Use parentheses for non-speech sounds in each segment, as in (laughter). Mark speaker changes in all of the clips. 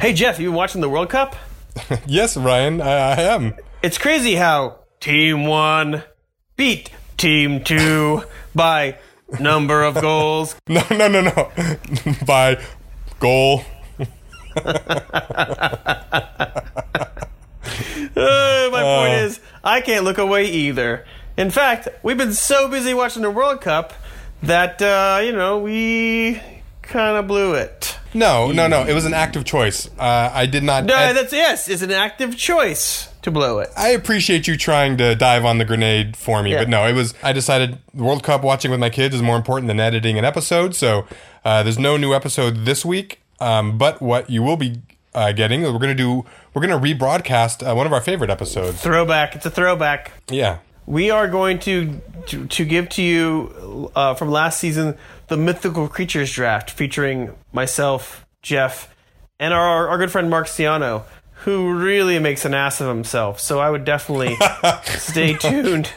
Speaker 1: Hey Jeff, you been watching the World Cup?
Speaker 2: Yes, Ryan, I, I am. (laughs)
Speaker 1: It's crazy how Team One beat Team Two by number of goals.
Speaker 2: No, no, no, no. (laughs) By goal.
Speaker 1: Uh, my point is, I can't look away either. In fact, we've been so busy watching the World Cup that uh, you know we kind of blew it.
Speaker 2: No, no, no. It was an active choice. Uh, I did not.
Speaker 1: No,
Speaker 2: I,
Speaker 1: that's yes, it's an active choice to blow it.
Speaker 2: I appreciate you trying to dive on the grenade for me,
Speaker 1: Yeah.
Speaker 2: but no, it was. I decided the World Cup watching with my kids is more important than editing an episode. So uh, there's no new episode this week. Um, but what you will be uh, getting, we're gonna do. We're gonna rebroadcast uh, one of our favorite episodes.
Speaker 1: Throwback. It's a throwback.
Speaker 2: Yeah.
Speaker 1: We are going to to, to give to you uh, from last season the mythical creatures draft featuring myself, Jeff, and our our good friend Mark Ciano, who really makes an ass of himself. So I would definitely stay tuned,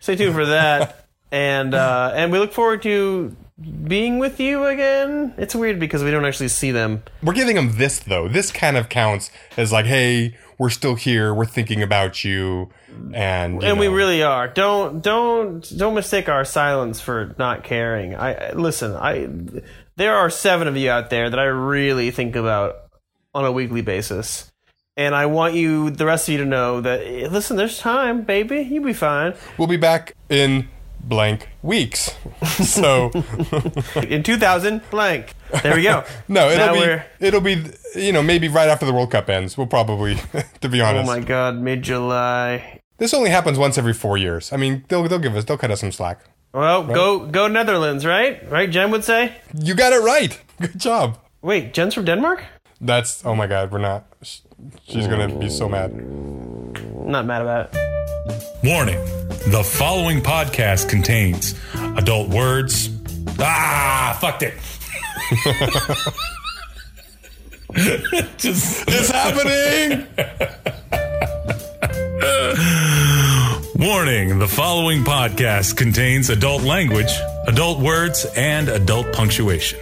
Speaker 1: stay tuned for that, and uh, and we look forward to being with you again. It's weird because we don't actually see them.
Speaker 2: We're giving them this though. This kind of counts as like, hey, we're still here. We're thinking about you, and you
Speaker 1: and we
Speaker 2: know.
Speaker 1: really are. Don't don't don't mistake our silence for not caring. I I- listen. I there are seven of you out there that I really think about on a weekly basis, and I want you, the rest of you, to know that eh, listen. There's time, baby. You'll be fine. (laughs)
Speaker 2: we'll be back in blank weeks. (laughs) So
Speaker 1: In 2000, blank. There we go.
Speaker 2: (laughs)
Speaker 1: Now
Speaker 2: no, it'll
Speaker 1: we're-
Speaker 2: be it'll be you know maybe right after the World Cup ends. We'll probably, (laughs) to be
Speaker 1: Oh
Speaker 2: honest,
Speaker 1: my God! Mid July.
Speaker 2: this only happens once every four years. I mean, they'll they'll give us they'll cut us some slack.
Speaker 1: Well, go go Netherlands, right? Right? Jen would say.
Speaker 2: You got it right. (laughs) Good job.
Speaker 1: Wait, Jen's from Denmark.
Speaker 2: That's oh my god, we're not. sh- She's gonna be so mad.
Speaker 1: Not mad about it.
Speaker 3: Warning the following podcast contains adult words. Ah, fucked it. (laughs) Just
Speaker 2: It's happening.
Speaker 3: warning the following podcast contains adult language, adult words, and adult punctuation.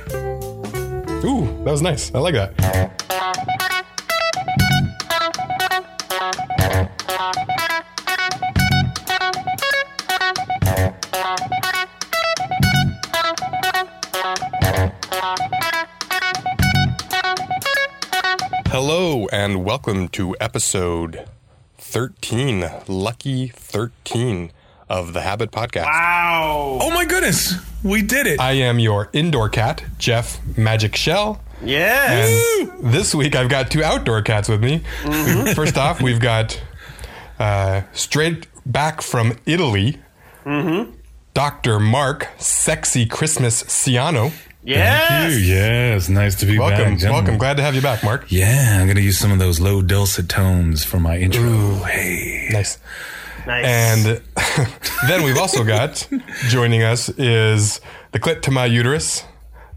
Speaker 2: Ooh, that was nice. I like that. Hello and welcome to episode 13, lucky 13 of the Habit Podcast.
Speaker 1: Ow!
Speaker 3: Oh my goodness, we did it.
Speaker 2: I am your indoor cat, Jeff Magic Shell.
Speaker 1: Yes.
Speaker 2: And this week I've got two outdoor cats with me. First off, we've got uh, straight back from Italy, Dr. Mark Sexy Christmas Ciano.
Speaker 1: Yes.
Speaker 3: Yes, nice to be
Speaker 2: Welcome,
Speaker 3: gentlemen.
Speaker 2: welcome. Glad to have you back, Mark.
Speaker 3: Yeah, I'm gonna use some of those low dulcet tones for my intro. Hey,
Speaker 2: Nice.
Speaker 1: Nice.
Speaker 2: And (laughs) then we've also got joining us is the clit to my uterus,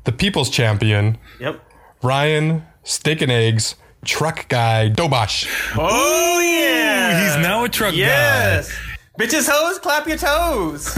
Speaker 2: the people's champion,
Speaker 1: yep.
Speaker 2: Ryan Steak and Eggs Truck Guy Dobosh.
Speaker 1: Oh yeah.
Speaker 3: he's now a truck
Speaker 1: Yes. Bitches hoes, clap your toes.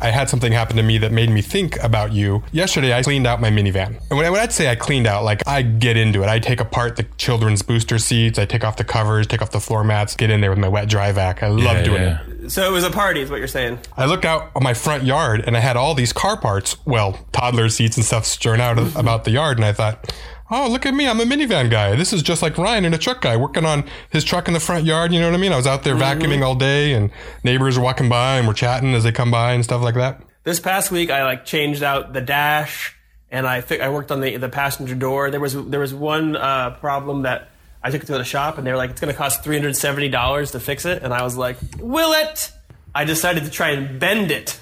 Speaker 2: I had something happen to me that made me think about you. Yesterday, I cleaned out my minivan. And when, I, when I'd say I cleaned out, like I get into it. I take apart the children's booster seats, I take off the covers, take off the floor mats, get in there with my wet dry vac. I love
Speaker 3: guy.
Speaker 2: doing
Speaker 3: Yeah.
Speaker 2: it.
Speaker 1: so it was a party, is what you're saying.
Speaker 2: I looked out on my front yard and I had all these car parts, well, toddler seats and stuff strewn out about the yard. And I thought, oh, look at me. I'm a minivan guy. This is just like Ryan and a truck guy working on his truck in the front yard. You know what I mean? I was out there
Speaker 3: Mm-hmm.
Speaker 2: vacuuming all day and neighbors are walking by and we're chatting as they come by and stuff like that.
Speaker 1: This past week, I like changed out the dash, and I fi- I worked on the the passenger door. There was there was one uh, problem that I took it to the shop, and they were like, it's going to cost three hundred seventy dollars to fix it, and I was like, will it? I decided to try and bend it,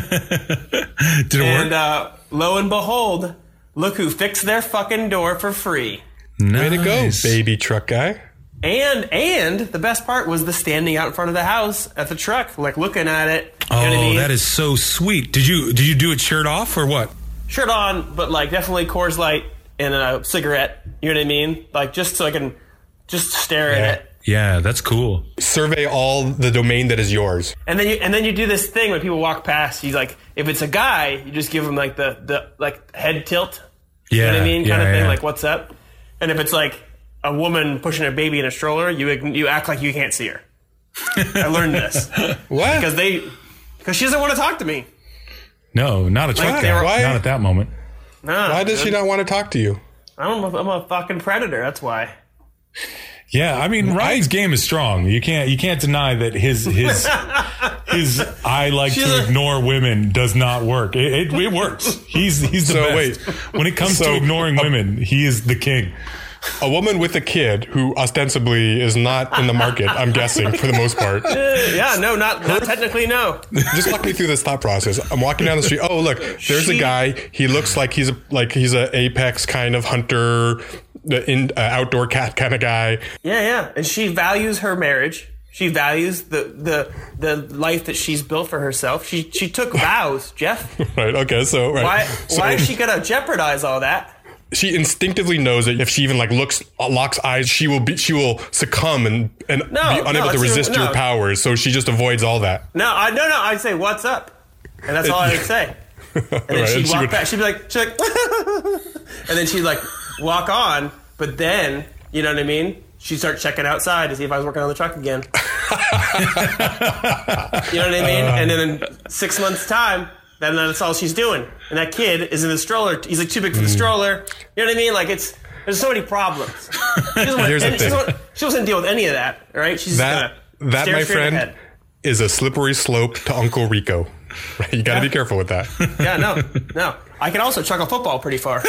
Speaker 3: Did it
Speaker 1: and
Speaker 3: work?
Speaker 1: uh, lo and behold, look who fixed their fucking door for free.
Speaker 3: nice.
Speaker 2: Way to go, baby truck guy.
Speaker 1: And and the best part was the standing out in front of the house at the truck, like looking at it. You know what I
Speaker 3: Oh,
Speaker 1: mean?
Speaker 3: that is so sweet. Did you did you do it shirt off or what?
Speaker 1: shirt on, but like definitely Coors Light and a cigarette. You know what I mean? Like just so I can just stare at it.
Speaker 3: Yeah, that's cool.
Speaker 2: Survey all the domain that is yours.
Speaker 1: And then you and then you do this thing when people walk past. You like if it's a guy, you just give him like the the like head tilt.
Speaker 3: Yeah,
Speaker 1: You know what I mean?
Speaker 3: yeah,
Speaker 1: Kind of thing.
Speaker 3: yeah.
Speaker 1: Like what's up? And if it's like a woman pushing a baby in a stroller, you ign- you act like you can't see her. I learned this
Speaker 2: What?
Speaker 1: because they because she doesn't want to talk to me.
Speaker 3: (laughs) no, not a truck
Speaker 1: Like,
Speaker 3: guy.
Speaker 1: they were-
Speaker 2: Why-
Speaker 3: Not at that moment.
Speaker 1: No,
Speaker 2: Why does she not want to talk to you?
Speaker 1: I'm a, I'm a fucking predator. That's why.
Speaker 3: Yeah, I mean Ryan's game is strong. You can't you can't deny that
Speaker 1: (laughs)
Speaker 3: his his his I like
Speaker 1: She's
Speaker 3: to
Speaker 1: a-
Speaker 3: ignore women does not work. It, it, it works. He's he's the
Speaker 2: So,
Speaker 3: best.
Speaker 2: wait.
Speaker 3: when it comes
Speaker 2: So,
Speaker 3: to ignoring women, he is the king.
Speaker 2: A woman with a kid who ostensibly is not in the market, I'm guessing, for the
Speaker 1: (laughs)
Speaker 2: most part.
Speaker 1: Yeah, no, not, not technically, no.
Speaker 2: Just walk me through this thought process. I'm walking down the street. Oh, look, there's a
Speaker 1: She-
Speaker 2: guy. He looks like he's a, like he's a apex kind of hunter, uh, in, uh, outdoor cat kind of guy. (laughs)
Speaker 1: Yeah, yeah. And she values her marriage. She values the the, the life that she's built for herself. She she took vows, Jeff.
Speaker 2: Right. Okay. So right.
Speaker 1: Why
Speaker 2: So
Speaker 1: why is she gonna jeopardize all that?
Speaker 2: she instinctively knows that if she even like looks uh, locks eyes, she will be she will succumb and and
Speaker 1: No,
Speaker 2: be
Speaker 1: no,
Speaker 2: unable to
Speaker 1: it's-
Speaker 2: resist
Speaker 1: no.
Speaker 2: your powers. So she just avoids all that. (laughs)
Speaker 1: No, I no no. I'd say what's up, and that's all I would say. And then
Speaker 2: Right,
Speaker 1: she'd
Speaker 2: and she
Speaker 1: walk
Speaker 2: would-
Speaker 1: back. She'd be like, she'd like (laughs) and then she'd like walk on. But then you know what I mean. She'd start checking outside to see if I was working on the truck
Speaker 2: (laughs)
Speaker 1: again. you know what I mean? and then
Speaker 2: Uh.
Speaker 1: in six months' time, then that's all she's doing. And that kid is in the stroller. He's like too big for
Speaker 2: Mm.
Speaker 1: the stroller. You know what I mean? Like it's there's so many
Speaker 2: (laughs)
Speaker 1: problems. She doesn't want,
Speaker 2: Here's the
Speaker 1: and she
Speaker 2: thing.
Speaker 1: doesn't want- she doesn't deal with any of that. All right? She's
Speaker 2: That
Speaker 1: just gonna
Speaker 2: that
Speaker 1: stare
Speaker 2: my
Speaker 1: straight
Speaker 2: friend
Speaker 1: ahead.
Speaker 2: is a slippery slope to Uncle Rico. (laughs) Right? You got to be careful with that.
Speaker 1: (laughs) Yeah,
Speaker 2: (laughs)
Speaker 1: no, no. I can also chuck a football pretty far.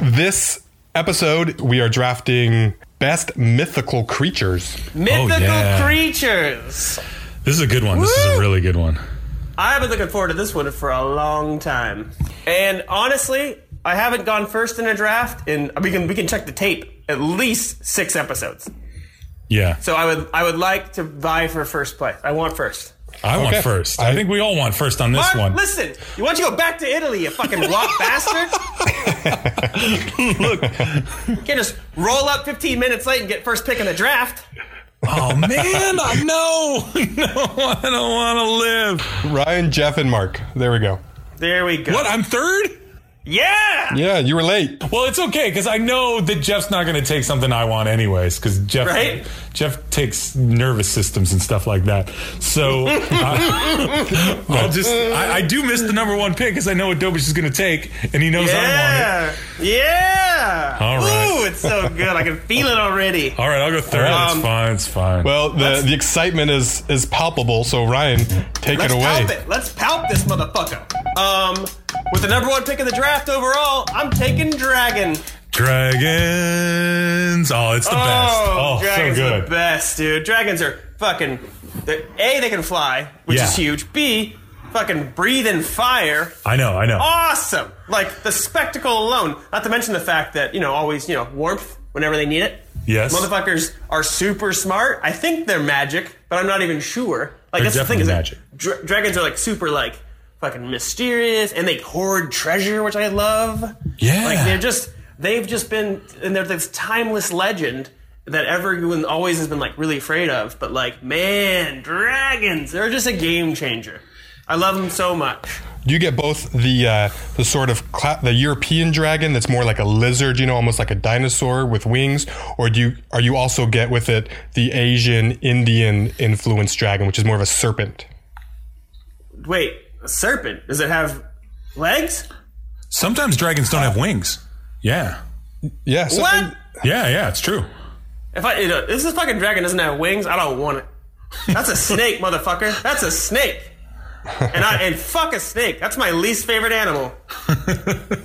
Speaker 2: this episode, we are drafting best mythical creatures.
Speaker 1: Mythical
Speaker 3: Oh, yeah.
Speaker 1: creatures.
Speaker 3: This is a good one. This is a really good one.
Speaker 1: I've been looking forward to this one for a long time, and honestly, I haven't gone first in a draft, and we can we can check the tape at least six episodes.
Speaker 3: Yeah,
Speaker 1: So I would I would like to vie for first place. I want first.
Speaker 3: I want
Speaker 2: Okay.
Speaker 3: first. I,
Speaker 2: I-
Speaker 3: think we all want first on this
Speaker 1: Mark,
Speaker 3: one.
Speaker 1: listen, you want to go back to Italy, you fucking
Speaker 3: (laughs)
Speaker 1: rock bastard?
Speaker 3: Look,
Speaker 1: You can't just roll up 15 minutes late and get first pick in the draft.
Speaker 3: oh man, I- no, (laughs) no, I don't want to live.
Speaker 2: Ryan, Jeff, and Mark. There we go.
Speaker 1: There we go.
Speaker 3: What? I'm third.
Speaker 1: Yeah.
Speaker 2: Yeah, you were late.
Speaker 3: Well, it's okay because I know that Jeff's not going to take something I want anyways. Because Jeff,
Speaker 1: Right?
Speaker 3: Jeff takes nervous systems and stuff like that.
Speaker 1: (laughs)
Speaker 3: So I, will just I, I do miss the number one pick because I know what Dobish is going to take, and he knows I want
Speaker 1: Yeah. Yeah.
Speaker 3: All right.
Speaker 1: Ooh, it's so good. I can feel it already.
Speaker 3: it. All right, I'll go third. it's
Speaker 1: Um,
Speaker 3: fine. It's fine.
Speaker 2: Well, the, the excitement is is palpable. So Ryan, take it
Speaker 1: Let's
Speaker 2: away.
Speaker 1: palp it. Let's palp this motherfucker. Um, with the number one pick in the draft overall, I'm taking Dragon.
Speaker 3: dragons. Oh, it's the
Speaker 1: Oh,
Speaker 3: best. Oh, so
Speaker 1: Dragon's
Speaker 3: good.
Speaker 1: the best, dude. Dragons are fucking. they're- A, they can fly, which
Speaker 3: Yeah.
Speaker 1: is huge. B, fucking breathe in fire.
Speaker 3: I know. I know.
Speaker 1: Oh. Awesome. Like the spectacle alone. Not to mention the fact that you know always you know warmth whenever they need it.
Speaker 3: Yes.
Speaker 1: Motherfuckers are super smart. I think they're magic, but I'm not even sure. Like
Speaker 3: They're
Speaker 1: that's the thing is
Speaker 3: definitely
Speaker 1: that
Speaker 3: magic.
Speaker 1: dra- dragons are like super like fucking mysterious, and they hoard treasure, which I love.
Speaker 3: Yeah.
Speaker 1: Like they're just they've just been and they're this timeless legend that everyone always has been like really afraid of. But like man, dragons, they're just a game changer. I love them so much.
Speaker 2: You get both the uh, the sort of cla- the European dragon that's more like a lizard, you know, almost like a dinosaur with wings, or do you are you also get with it the Asian Indian influenced dragon, which is more of a serpent?
Speaker 1: Wait, a serpent? Does it have legs?
Speaker 3: Sometimes dragons don't have wings. Yeah.
Speaker 2: Yeah. So
Speaker 1: What?
Speaker 3: Yeah. Yeah. It's true.
Speaker 1: If I, you know, if this fucking dragon doesn't have wings, I don't want it. That's a snake, motherfucker. That's a snake. And I and fuck a snake. That's my least favorite animal.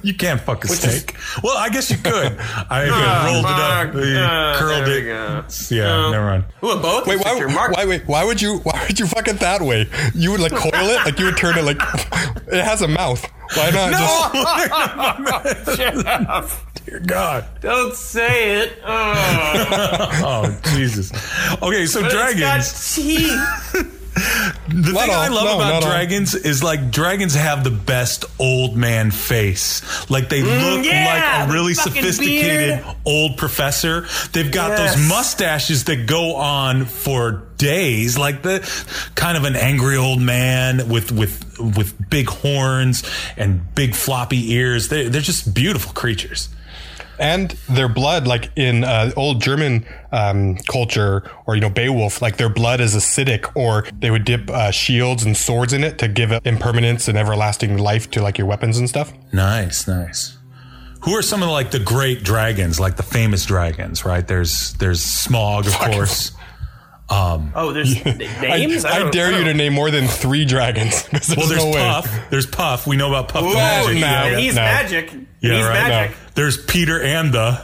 Speaker 3: You can't fuck a snake. well, I guess you could.
Speaker 1: (laughs)
Speaker 3: I
Speaker 1: Ah,
Speaker 3: rolled
Speaker 1: fuck.
Speaker 3: it up,
Speaker 1: Ah,
Speaker 3: uh, curled
Speaker 1: there
Speaker 3: it.
Speaker 1: we go.
Speaker 3: Yeah,
Speaker 1: No.
Speaker 3: Uh, never mind.
Speaker 1: Um, Ooh, a boa
Speaker 2: Wait,
Speaker 1: constrictor.
Speaker 2: why,
Speaker 1: Mark,
Speaker 2: why, wait, why would you why would you fuck it that way? You would like coil it, like you would turn it like (laughs) it has a mouth.
Speaker 1: (laughs)
Speaker 2: Why not just
Speaker 3: (laughs) Dear God.
Speaker 1: don't say it. Oh,
Speaker 3: (laughs) Oh, Jesus. Okay, so
Speaker 1: but it's
Speaker 3: dragons.
Speaker 1: got teeth.
Speaker 3: The
Speaker 2: Not
Speaker 3: thing I
Speaker 2: all.
Speaker 3: love
Speaker 2: No,
Speaker 3: about
Speaker 2: not all.
Speaker 3: dragons is like dragons have the best old man face. Like they look
Speaker 1: Mm, yeah,
Speaker 3: like a
Speaker 1: the
Speaker 3: really
Speaker 1: fucking
Speaker 3: sophisticated
Speaker 1: beard.
Speaker 3: old professor. They've got
Speaker 1: Yes.
Speaker 3: those mustaches that go on for days, like the kind of an angry old man with with with big horns and big floppy ears. They they're just beautiful creatures.
Speaker 2: and their blood like in uh, old german um, culture or you know beowulf like their blood is acidic or they would dip uh, shields and swords in it to give it impermanence and everlasting life to like your weapons and stuff
Speaker 3: Nice, nice. Who are some of like the great dragons, like the famous dragons? Right there's there's Smog, of course.
Speaker 1: Oh,
Speaker 3: (laughs)
Speaker 1: there's n- names.
Speaker 2: I,
Speaker 1: don't-
Speaker 2: dare
Speaker 1: I
Speaker 2: you to
Speaker 1: don't-
Speaker 2: name more than three dragons (laughs) 'cause there's
Speaker 3: Well, there's
Speaker 2: no way
Speaker 3: Puff. There's Puff. We know about Puff. the
Speaker 2: Whoa,
Speaker 3: Magic.
Speaker 2: no.
Speaker 1: And he's
Speaker 2: No.
Speaker 1: magic.
Speaker 3: Yeah,
Speaker 1: he's
Speaker 3: right, no.
Speaker 1: magic.
Speaker 3: There's Peter and the.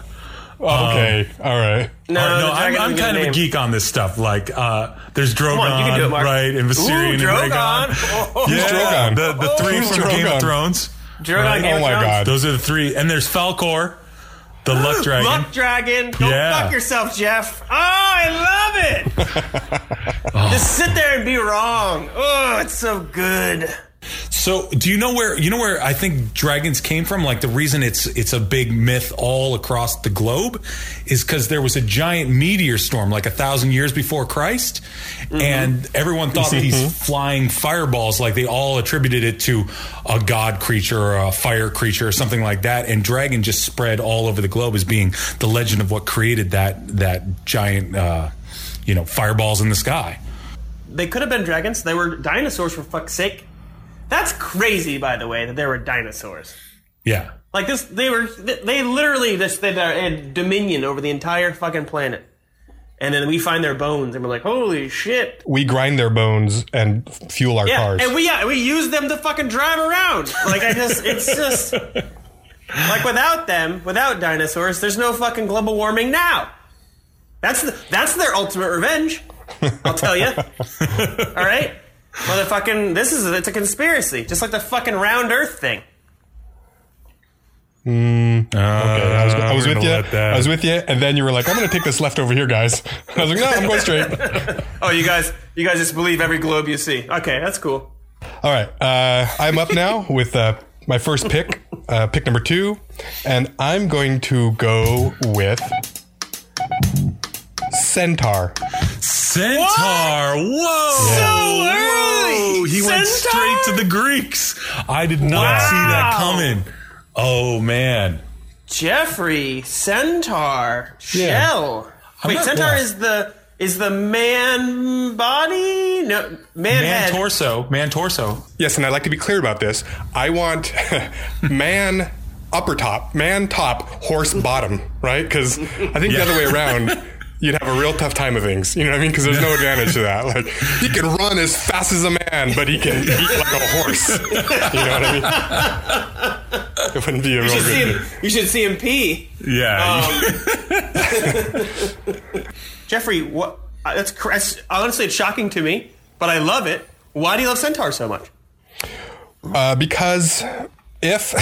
Speaker 2: Oh,
Speaker 1: um,
Speaker 2: okay all right
Speaker 1: No,
Speaker 3: Or,
Speaker 1: the
Speaker 3: I'm,
Speaker 1: dragon
Speaker 3: Uh, I'm
Speaker 1: doesn't get
Speaker 3: kind of a
Speaker 1: name.
Speaker 3: geek on this stuff. Like, uh, there's Drogon,
Speaker 1: on, you can do it, Mark.
Speaker 3: right? And Viserion
Speaker 1: Ooh,
Speaker 3: and
Speaker 1: Drogon.
Speaker 3: Rhaegon.
Speaker 1: Who's
Speaker 3: yeah,
Speaker 2: Drogon?
Speaker 3: The, the three
Speaker 2: Who's
Speaker 3: from Game
Speaker 2: Drogon?
Speaker 3: of Thrones.
Speaker 1: Drogon
Speaker 3: Right?
Speaker 1: Game
Speaker 2: Oh
Speaker 1: of
Speaker 2: my
Speaker 1: Thrones.
Speaker 2: God.
Speaker 3: Those are the three. And there's Falcor,
Speaker 1: (gasps)
Speaker 3: the Luck Dragon.
Speaker 1: Luck dragon. Don't
Speaker 3: Yeah.
Speaker 1: fuck yourself, Jeff. Oh, I love it.
Speaker 3: Oh.
Speaker 1: Just sit there and be wrong. Oh, it's so good.
Speaker 3: So, do you know where you know where I think dragons came from? Like the reason it's it's a big myth all across the globe is because there was a giant meteor storm like a thousand years before Christ, and everyone thought these flying fireballs like they all attributed it to a god creature or a fire creature or something like that. And dragon just spread all over the globe as being the legend of what created that that giant uh, you know fireballs in the sky.
Speaker 1: They could have been dragons. They were dinosaurs for fuck's sake. That's crazy, by the way, that they were dinosaurs.
Speaker 3: Yeah.
Speaker 1: Like this, they were th- they literally this they had dominion over the entire fucking planet. And then we find their bones, and we're like, holy shit!
Speaker 2: we grind their bones and f- fuel our
Speaker 1: Yeah,
Speaker 2: cars
Speaker 1: and we yeah, we use them to fucking drive around. Like I just, it's just like without them, without dinosaurs, there's no fucking global warming now. That's the, that's their ultimate revenge. I'll tell you. All right, motherfucking, this is it's a conspiracy, just like the fucking round Earth thing.
Speaker 2: Okay, I was, I
Speaker 3: Uh,
Speaker 2: was with
Speaker 3: we're gonna
Speaker 2: you.
Speaker 3: let that-
Speaker 2: I was with you, and then you were like, "I'm going to take this left over here, guys." (laughs) I was like, "No, I'm going straight."
Speaker 1: Oh, you guys, you guys just believe every globe you see. Okay, that's cool.
Speaker 2: All right, uh, I'm up now with uh, my first pick, uh, pick number two, and I'm going to go with centaur.
Speaker 3: Centaur. Whoa.
Speaker 1: So early!
Speaker 3: Whoa. He
Speaker 1: Centaur?
Speaker 3: went straight to the Greeks. I did not see that
Speaker 1: Wow.
Speaker 3: coming. Oh man.
Speaker 1: Jeffrey Centaur
Speaker 2: Yeah.
Speaker 1: Shell. Wait,
Speaker 3: not-
Speaker 1: Centaur
Speaker 3: yeah.
Speaker 1: is the is the man body? No, man,
Speaker 3: Man
Speaker 1: head.
Speaker 3: torso. Man torso.
Speaker 2: Yes, and I'd like to be clear about this. I want (laughs) man upper top, man top, horse bottom, right? Because I think the other way around, you'd have a real tough time of things. You know what I mean? Because there's no advantage to that. Like he can run as fast as a man, but he can eat like a horse. You know what I mean? It wouldn't be a real
Speaker 1: You should see
Speaker 2: good. (laughs)
Speaker 1: him. You should see him pee.
Speaker 3: Yeah.
Speaker 1: Jeffrey, what? uh, That's, cr- that's honestly it's shocking to me, but I love it. Why do you love Centaur so much?
Speaker 2: Uh, because if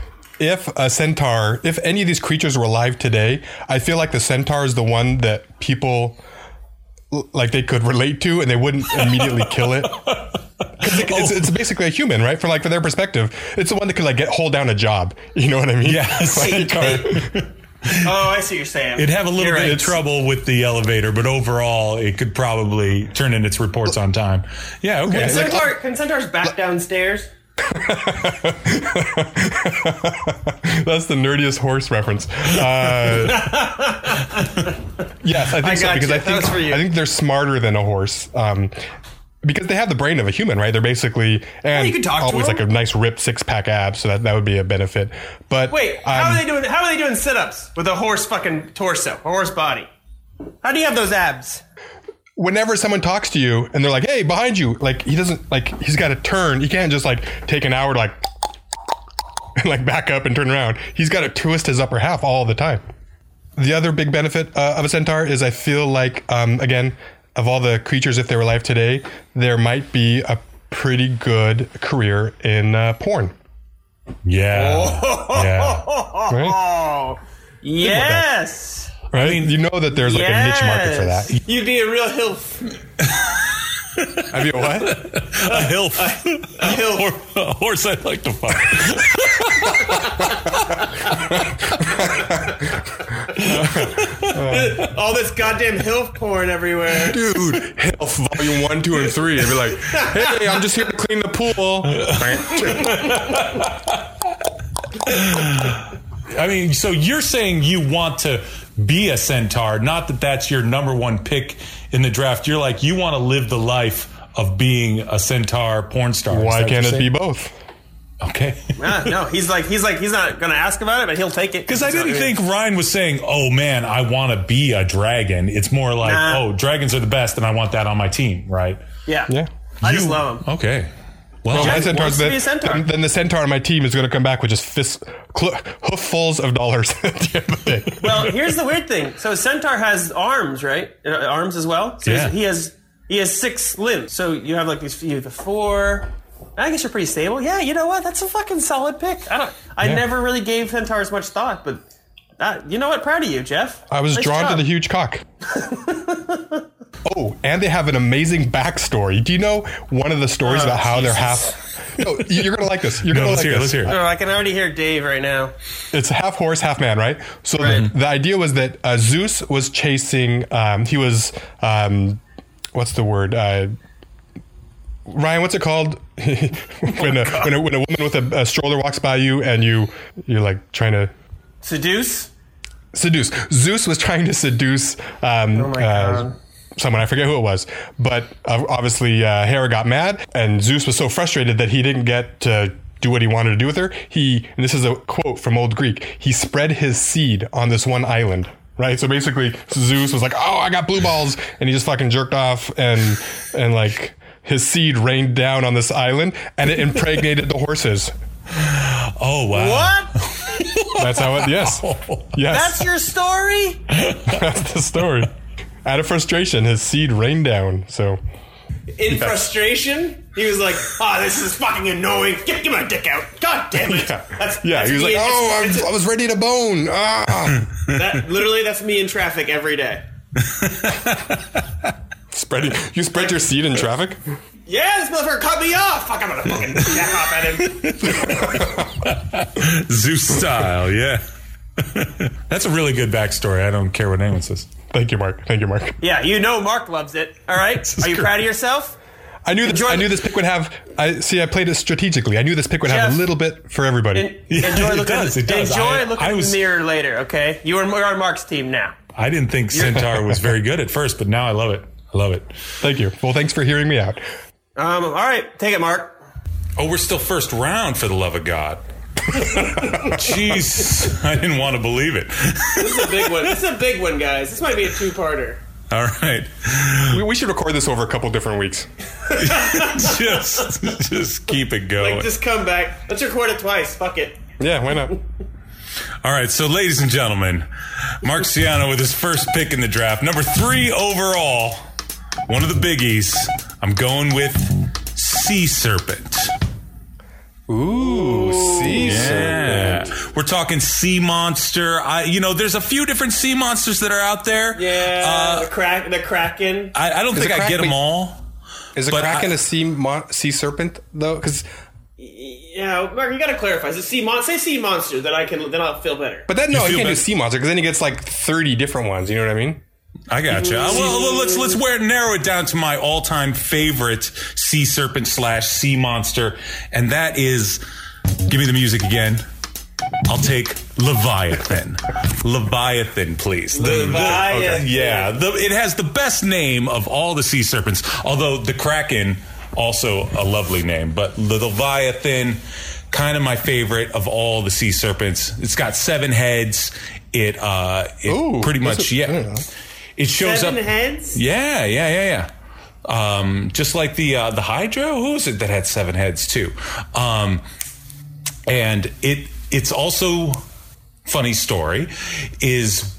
Speaker 2: (laughs) if a centaur, if any of these creatures were alive today, I feel like the centaur is the one that people l- like they could relate to, and they wouldn't immediately kill it. 'Cause it- It's, it's basically a human, right? For like for their perspective, it's the one that could like get hold down a job. You know what I
Speaker 3: (laughs)
Speaker 2: mean? (laughs)
Speaker 3: Yes.
Speaker 2: Like, uh,
Speaker 1: Oh, I see what you're saying.
Speaker 3: It'd have a little
Speaker 1: You're
Speaker 3: bit
Speaker 1: right.
Speaker 3: of trouble with the elevator, but overall, it could probably turn in its reports on time. Yeah, okay.
Speaker 1: Can Centaur, can Centaurs back downstairs?
Speaker 2: That's the nerdiest horse reference. Uh, yes, I
Speaker 1: (laughs)
Speaker 2: think
Speaker 1: I
Speaker 2: so
Speaker 1: got
Speaker 2: because
Speaker 1: you.
Speaker 2: I
Speaker 1: That
Speaker 2: think
Speaker 1: was for you.
Speaker 2: I think they're smarter than a horse. Um, because they have the brain of a human, right? They're basically and
Speaker 1: you can talk to
Speaker 2: always
Speaker 1: them.
Speaker 2: like a nice ripped six pack abs, so that, that would be a benefit. But um,
Speaker 1: Wait, how are they doing? How are they doing sit-ups with a horse fucking torso, a horse body? How do you have those abs?
Speaker 2: whenever someone talks to you and they're like, "Hey, behind you," like he doesn't like he's got to turn. He can't just like take an hour to like (laughs) and like back up and turn around. He's got to twist his upper half all the time. The other big benefit uh, of a centaur is I feel like um, again of all the creatures if they were alive today, there might be a pretty good career in uh, porn.
Speaker 3: Yeah. (laughs) yeah.
Speaker 1: Oh, yes.
Speaker 2: Right? you know that there's like a niche market for that.
Speaker 1: You'd be a real hilf.
Speaker 2: Have you what?
Speaker 3: A hilf. A
Speaker 1: hilf.
Speaker 3: Or a (laughs) horse I'd like to fuck.
Speaker 1: All this goddamn hilf porn everywhere.
Speaker 2: Dude, Health Volume 1, 2, and 3. I'd be like, hey, I'm just here to clean the pool.
Speaker 3: I mean, so you're saying you want to be a centaur, not that that's your number one pick in the draft. You're like, you want to live the life of being a centaur porn star. Is
Speaker 2: Why
Speaker 3: that
Speaker 2: can't
Speaker 3: what
Speaker 2: it be
Speaker 3: you're
Speaker 2: both? (laughs)
Speaker 3: saying? Okay.
Speaker 1: Ah, no, he's like he's like he's not gonna ask about it, but he'll take it.
Speaker 3: Because I didn't think Ryan was saying, "Oh man, I want to be a dragon." It's more like,
Speaker 1: Nah.
Speaker 3: "Oh, dragons are the best, and I want that on my team." Right?
Speaker 1: Yeah.
Speaker 2: Yeah.
Speaker 1: I just love him.
Speaker 3: Okay. Well,
Speaker 2: Well, Oh, my
Speaker 1: Jack
Speaker 2: centaur's
Speaker 1: wants to
Speaker 2: then,
Speaker 1: be a centaur.
Speaker 2: then- then the centaur on my team is going to come back with just fist, cl- hooffuls of dollars (laughs) at the end of the day.
Speaker 1: Well, here's the weird thing. So Centaur has arms, right? Uh, arms as well. So
Speaker 3: Yeah.
Speaker 1: He has he has six limbs. So you have like these you have the four. I guess you're pretty stable. Yeah, you know what? That's a fucking solid pick. I don't. I never really gave centaurs much thought, but that, you know what? Proud of you, Jeff.
Speaker 2: I was
Speaker 1: Nice
Speaker 2: drawn to
Speaker 1: job.
Speaker 2: the huge cock. oh, and they have an amazing backstory. Do you know one of the stories
Speaker 1: Oh,
Speaker 2: about how they're
Speaker 1: Jesus.
Speaker 2: half? No, you- you're going to like this. You're
Speaker 3: no,
Speaker 2: going to
Speaker 3: let's
Speaker 2: like
Speaker 3: hear. it,
Speaker 2: this.
Speaker 3: Let's hear. it.
Speaker 1: Oh, I can already hear Dave right now.
Speaker 2: It's half horse, half man, right? So
Speaker 1: Right.
Speaker 2: The, the idea was that uh, Zeus was chasing. Um, he was um, what's the word? Uh, Ryan, what's it called (laughs) when, a, when, a, when a woman with a, a stroller walks by you and you you're like trying to
Speaker 1: Seduce.
Speaker 2: seduce? Zeus was trying to seduce um,
Speaker 1: Oh my
Speaker 2: uh,
Speaker 1: God.
Speaker 2: someone. I forget who it was, but uh, obviously uh, Hera got mad, and Zeus was so frustrated that he didn't get to do what he wanted to do with her. He, and this is a quote from Old Greek, he spread his seed on this one island. Right, so basically, Zeus was like, "Oh, I got blue balls," and he just fucking jerked off, and and like his seed rained down on this island, and it impregnated the horses.
Speaker 3: Oh wow.
Speaker 1: What?
Speaker 2: That's how
Speaker 1: (laughs)
Speaker 2: it. Yes, yes,
Speaker 1: That's your story?
Speaker 2: that's the story. Out of frustration, his seed rained down. So
Speaker 1: In frustration, he was like, "Ah, this is fucking annoying. Get, get my dick out. God damn it." That's,
Speaker 2: Yeah,
Speaker 1: that's
Speaker 2: he was
Speaker 1: me
Speaker 2: like,
Speaker 1: in-
Speaker 2: "Oh, I was, I was ready to bone." Ah,
Speaker 3: (laughs)
Speaker 1: That literally, that's me in traffic every day.
Speaker 2: spreading. You spread your seed in traffic.
Speaker 1: Yeah, this motherfucker cut me off. Fuck, I'm gonna fucking jack off at him.
Speaker 3: Zeus style. Yeah. (laughs) That's a really good backstory. I don't care what anyone says.
Speaker 2: Thank you, Mark. Thank you, Mark.
Speaker 1: Yeah, you know Mark loves it. All right,
Speaker 3: is
Speaker 1: are you
Speaker 3: great.
Speaker 1: proud of yourself?
Speaker 2: I knew that.
Speaker 1: Enjoy the-
Speaker 2: I knew this pick would have. I see. I played it strategically. I knew this pick would have a
Speaker 1: Jeff.
Speaker 2: little bit for everybody.
Speaker 1: En-
Speaker 3: Yeah,
Speaker 1: enjoy
Speaker 3: it
Speaker 1: looking.
Speaker 3: does, it does.
Speaker 1: Enjoy
Speaker 3: I-
Speaker 1: looking
Speaker 3: I
Speaker 1: in
Speaker 3: was-
Speaker 1: the mirror later. Okay, you are you're on Mark's team now.
Speaker 3: I didn't think centaur was very good at first, but now I love it. I love it.
Speaker 2: Thank you. Well, thanks for hearing me out.
Speaker 1: Um, all right, take it, Mark.
Speaker 3: Oh, we're still first round for the love of (laughs) God. Jeez, I didn't want to believe it. (laughs)
Speaker 1: This is a big one. This is a big one, guys. This might be a two-parter.
Speaker 3: All right.
Speaker 2: We, we should record this over a couple different weeks.
Speaker 3: just just keep it going.
Speaker 1: come back. Let's record it twice. Fuck it.
Speaker 2: Yeah, why not?
Speaker 3: All right, so ladies and gentlemen, Mark Ciano with his first pick in the draft, number three overall, one of the biggies. I'm going with Sea Serpent.
Speaker 2: Ooh, sea
Speaker 3: Yeah. We're talking sea monster. I, you know, there's a few different sea monsters that are out there.
Speaker 1: Yeah,
Speaker 3: Uh,
Speaker 1: the crack, the Kraken.
Speaker 3: I, I don't think
Speaker 2: it
Speaker 3: I
Speaker 2: crack-
Speaker 3: get them
Speaker 2: wait.
Speaker 3: all.
Speaker 2: Is a
Speaker 3: But
Speaker 2: kraken
Speaker 3: I-
Speaker 2: a sea mon- sea serpent though? Because
Speaker 1: Yeah, Mark, you gotta clarify. Is it sea mon- Say sea monster, then I can, then I'll feel better.
Speaker 2: but then no, you
Speaker 3: feel
Speaker 2: can't do
Speaker 3: bad.
Speaker 2: sea monster because then he gets like thirty different ones. You know what I mean?
Speaker 3: I gotcha. Uh, well, well, let's let's wear narrow it down to my all time favorite sea serpent slash sea monster, and that is, give me the music again. I'll take Leviathan. Leviathan, please. The- the-
Speaker 1: Leviathan.
Speaker 3: yeah, the, it has the best name of all the sea serpents. Although the Kraken, also a lovely name, but the Leviathan, kind of my favorite of all the sea serpents. It's got seven heads. It uh, it
Speaker 2: Ooh,
Speaker 3: pretty
Speaker 2: that's
Speaker 3: much
Speaker 2: a- I don't
Speaker 3: yeah.
Speaker 2: know.
Speaker 3: It shows
Speaker 1: Seven
Speaker 3: up.
Speaker 1: heads.
Speaker 3: Yeah, yeah, yeah, yeah. Um, just like the uh, the Hydra, who is it that had seven heads too? Um, and it it's also funny story is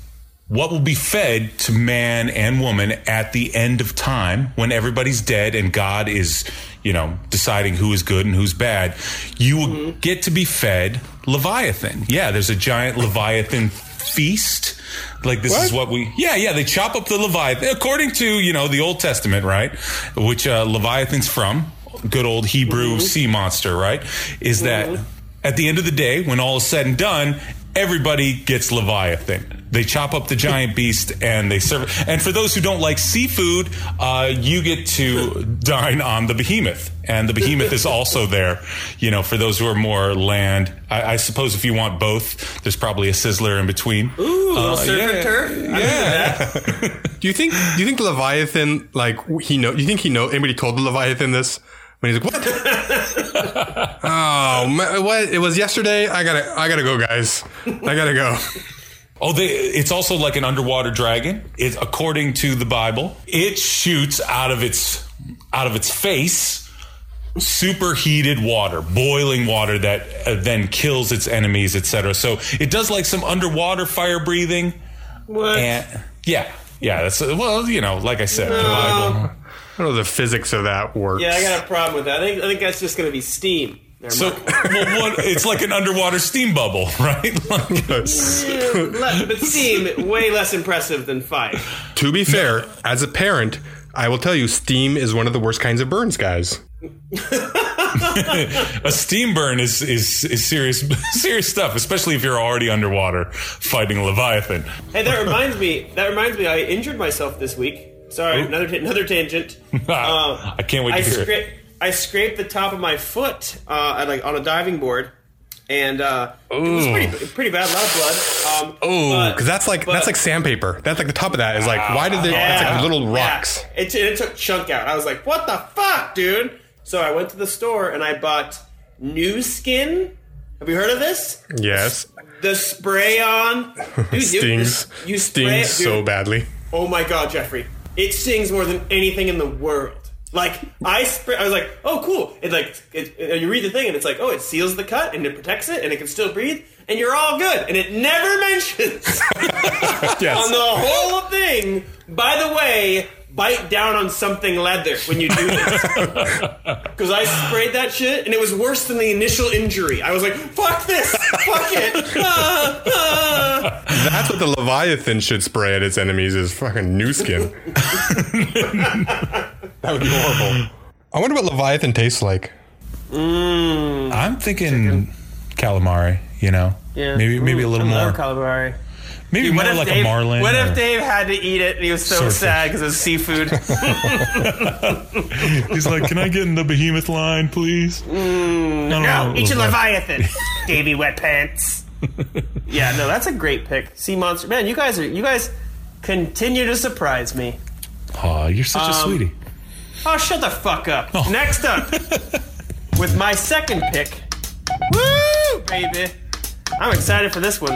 Speaker 3: what will be fed to man and woman at the end of time when everybody's dead and God is you know deciding who is good and who's bad. You will get to be fed Leviathan. Yeah, there's a giant Leviathan feast Like this is
Speaker 2: What?
Speaker 3: what we yeah yeah they chop up the Leviathan according to you know the Old Testament right, which uh, Leviathan's from good old Hebrew sea monster right is that at the end of the day when all is said and done everybody gets Leviathan they chop up the giant beast and they serve it. and for those who don't like seafood uh, you get to dine on the behemoth and the behemoth is also there you know for those who are more land I, I suppose if you want both there's probably a sizzler in between
Speaker 4: Ooh, little surf
Speaker 3: yeah.
Speaker 4: and turf.
Speaker 3: yeah.
Speaker 2: Do you think? Do you think Leviathan like he know? You think he know? Anybody told Leviathan this? When he's like,
Speaker 1: (laughs)
Speaker 2: what? oh, man, what? It was yesterday. I gotta, I gotta go, guys. I gotta go.
Speaker 3: Oh, they, it's also like an underwater dragon. It, according to the Bible, it shoots out of its out of its face superheated water, boiling water that uh, then kills its enemies, etc. So it does like some underwater fire breathing.
Speaker 1: What?
Speaker 3: And, yeah, yeah. That's well, you know, like I said, the
Speaker 2: I
Speaker 3: Bible.
Speaker 2: don't know the physics of that works.
Speaker 1: Yeah, I got a problem with that. I think I think that's just going to be steam. Never
Speaker 3: So (laughs)
Speaker 1: mind.
Speaker 3: well, what, it's like an underwater steam bubble, (laughs) right? Like,
Speaker 1: Le- but steam way less impressive than fire.
Speaker 2: To be fair, as a parent, I will tell you, steam is one of the worst kinds of burns, guys.
Speaker 3: a steam burn is is, is serious (laughs) serious stuff, especially if you're already underwater fighting Leviathan.
Speaker 1: Hey, that reminds me. That reminds me. I injured myself this week. Sorry, another ta- another
Speaker 2: (laughs)
Speaker 1: tangent. Um,
Speaker 3: I can't wait to
Speaker 1: I
Speaker 3: hear it.
Speaker 1: scra- I scraped the top of my foot uh, at, like on a diving board, and uh, it was pretty pretty bad. A lot of blood. Um,
Speaker 2: Oh,
Speaker 1: but-
Speaker 2: because that's like
Speaker 1: but-
Speaker 2: that's like sandpaper. That's like the top of that is like why did they? It's like little
Speaker 1: yeah.
Speaker 2: rocks.
Speaker 1: It, it took chunk out. I was like, what the fuck, dude? So I went to the store and I bought New Skin. Have you heard of this?
Speaker 2: Yes,
Speaker 1: The spray
Speaker 2: (laughs)
Speaker 1: on dude,
Speaker 2: stings.
Speaker 1: You, you spray
Speaker 2: stings
Speaker 1: it, dude. (laughs)
Speaker 2: so badly.
Speaker 1: Oh my god, Jeffrey! It stings more than anything in the world. Like I spray, I was like, oh cool. It like it, it- you read the thing and it's like, oh, it seals the cut and it protects it and it can still breathe and you're all good. And it never (laughs) mentions on the
Speaker 2: Yes,
Speaker 1: whole thing. By the way, bite down on something leather when you do this. Because I sprayed that shit and it was worse than the initial injury. I was like, fuck this, fuck it. (laughs) Ah, ah.
Speaker 2: that's what the leviathan should spray at its enemies is fucking new skin. that would be horrible. I wonder what leviathan tastes like.
Speaker 3: I'm thinking calamari. You know, maybe maybe a little more,
Speaker 1: calamari.
Speaker 3: maybe more like a marlin.
Speaker 1: What
Speaker 3: or-
Speaker 1: if Dave had to eat it and he was so
Speaker 3: Swordfish.
Speaker 1: sad because it was
Speaker 3: (laughs)
Speaker 1: seafood?
Speaker 3: he's like, can I get in the behemoth line, please?
Speaker 1: Mm, no, eat your
Speaker 3: (laughs)
Speaker 1: leviathan, Davy Wet Pants. (laughs) yeah, no, that's a great pick. Sea monster, man. You guys are you guys continue to surprise me.
Speaker 3: Oh, you're such a sweetie. Oh.
Speaker 1: Oh, shut the fuck up. Um, Next up, (laughs) with my second pick. Woo, baby. I'm excited for this one.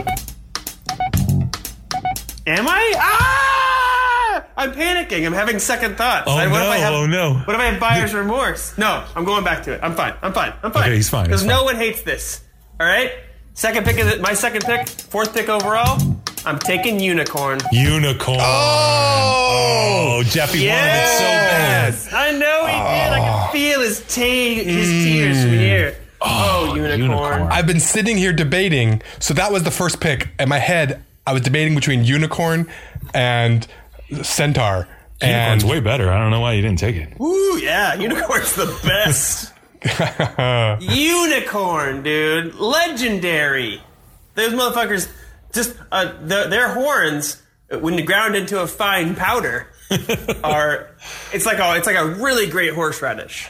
Speaker 1: Am I? Ah! I'm panicking. I'm having second thoughts.
Speaker 3: Oh,
Speaker 1: what if I
Speaker 3: no.
Speaker 1: have,
Speaker 3: Oh, no.
Speaker 1: What if I have buyer's remorse? No, I'm going back to it. I'm fine. I'm fine. I'm fine.
Speaker 3: Okay, he's fine.
Speaker 1: Because
Speaker 3: He's
Speaker 1: no
Speaker 3: fine.
Speaker 1: one hates this. All right? Second pick is my second pick. Fourth pick overall. I'm taking unicorn.
Speaker 3: (laughs) Unicorn. Oh, Jeffy wanted it so bad.
Speaker 1: I know he did. I can feel his, te- his tears from here. Oh, unicorn.
Speaker 3: Mm. unicorn.
Speaker 2: I've been sitting here debating. So that was the first pick. In my head, I was debating between unicorn and centaur. and
Speaker 3: Unicorn's way better. I don't know why you didn't take it.
Speaker 1: Ooh, yeah, unicorn's the best. unicorn, dude. Legendary. Those motherfuckers just, uh, the, their horns, when ground into a fine
Speaker 3: (laughs)
Speaker 1: powder, are, it's like a, it's like a really great horseradish.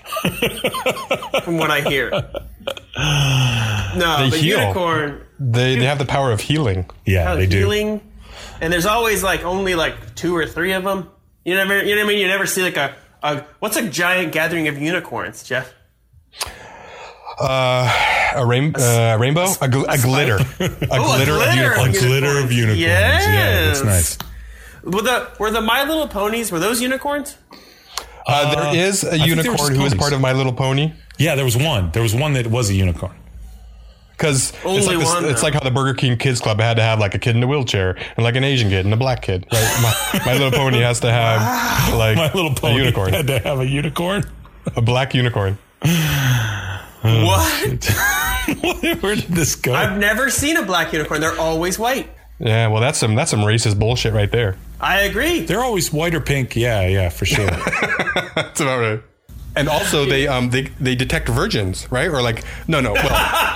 Speaker 1: from what I hear. No, but
Speaker 2: heal.
Speaker 1: unicorn,
Speaker 2: (laughs) they, they have the power of healing.
Speaker 3: (laughs) Yeah, they do.
Speaker 1: healing. And there's always like only like two or three of them. You never, you know what I mean? You never see like a, a what's a giant gathering of unicorns, Jeff?
Speaker 2: A, rain, uh, rainbow? A, gl- a glitter. A glitter of
Speaker 1: glitter.
Speaker 3: A
Speaker 2: unicorn.
Speaker 3: glitter of unicorns. Yeah, that's
Speaker 1: Yes.
Speaker 3: nice.
Speaker 1: Were the were the My Little Ponies were those unicorns?
Speaker 2: Uh, there is a
Speaker 3: there was
Speaker 2: unicorn who is
Speaker 3: ponies.
Speaker 2: part of My Little Pony.
Speaker 3: Yeah, there was one. There was one that was a unicorn. (laughs)
Speaker 2: Because
Speaker 1: Only
Speaker 2: it's, like this-
Speaker 1: one,
Speaker 2: it's
Speaker 1: though.
Speaker 2: like how the Burger King Kids Club had to have like a kid in a wheelchair and like an Asian kid and a black kid. Right? My, my Little Pony has to have like
Speaker 3: My little pony
Speaker 2: a unicorn,
Speaker 3: had to have a unicorn. (laughs)
Speaker 2: a black unicorn.
Speaker 1: what?
Speaker 3: Where did this go? (laughs)
Speaker 1: I've never seen a black unicorn. They're always white.
Speaker 2: Yeah, well, that's some that's some racist bullshit right there.
Speaker 1: I agree.
Speaker 3: They're always white or pink. Yeah, yeah,
Speaker 1: (laughs)
Speaker 3: for sure.
Speaker 2: That's about right. And also, they um they they detect virgins, right? Or like, no, no. Well,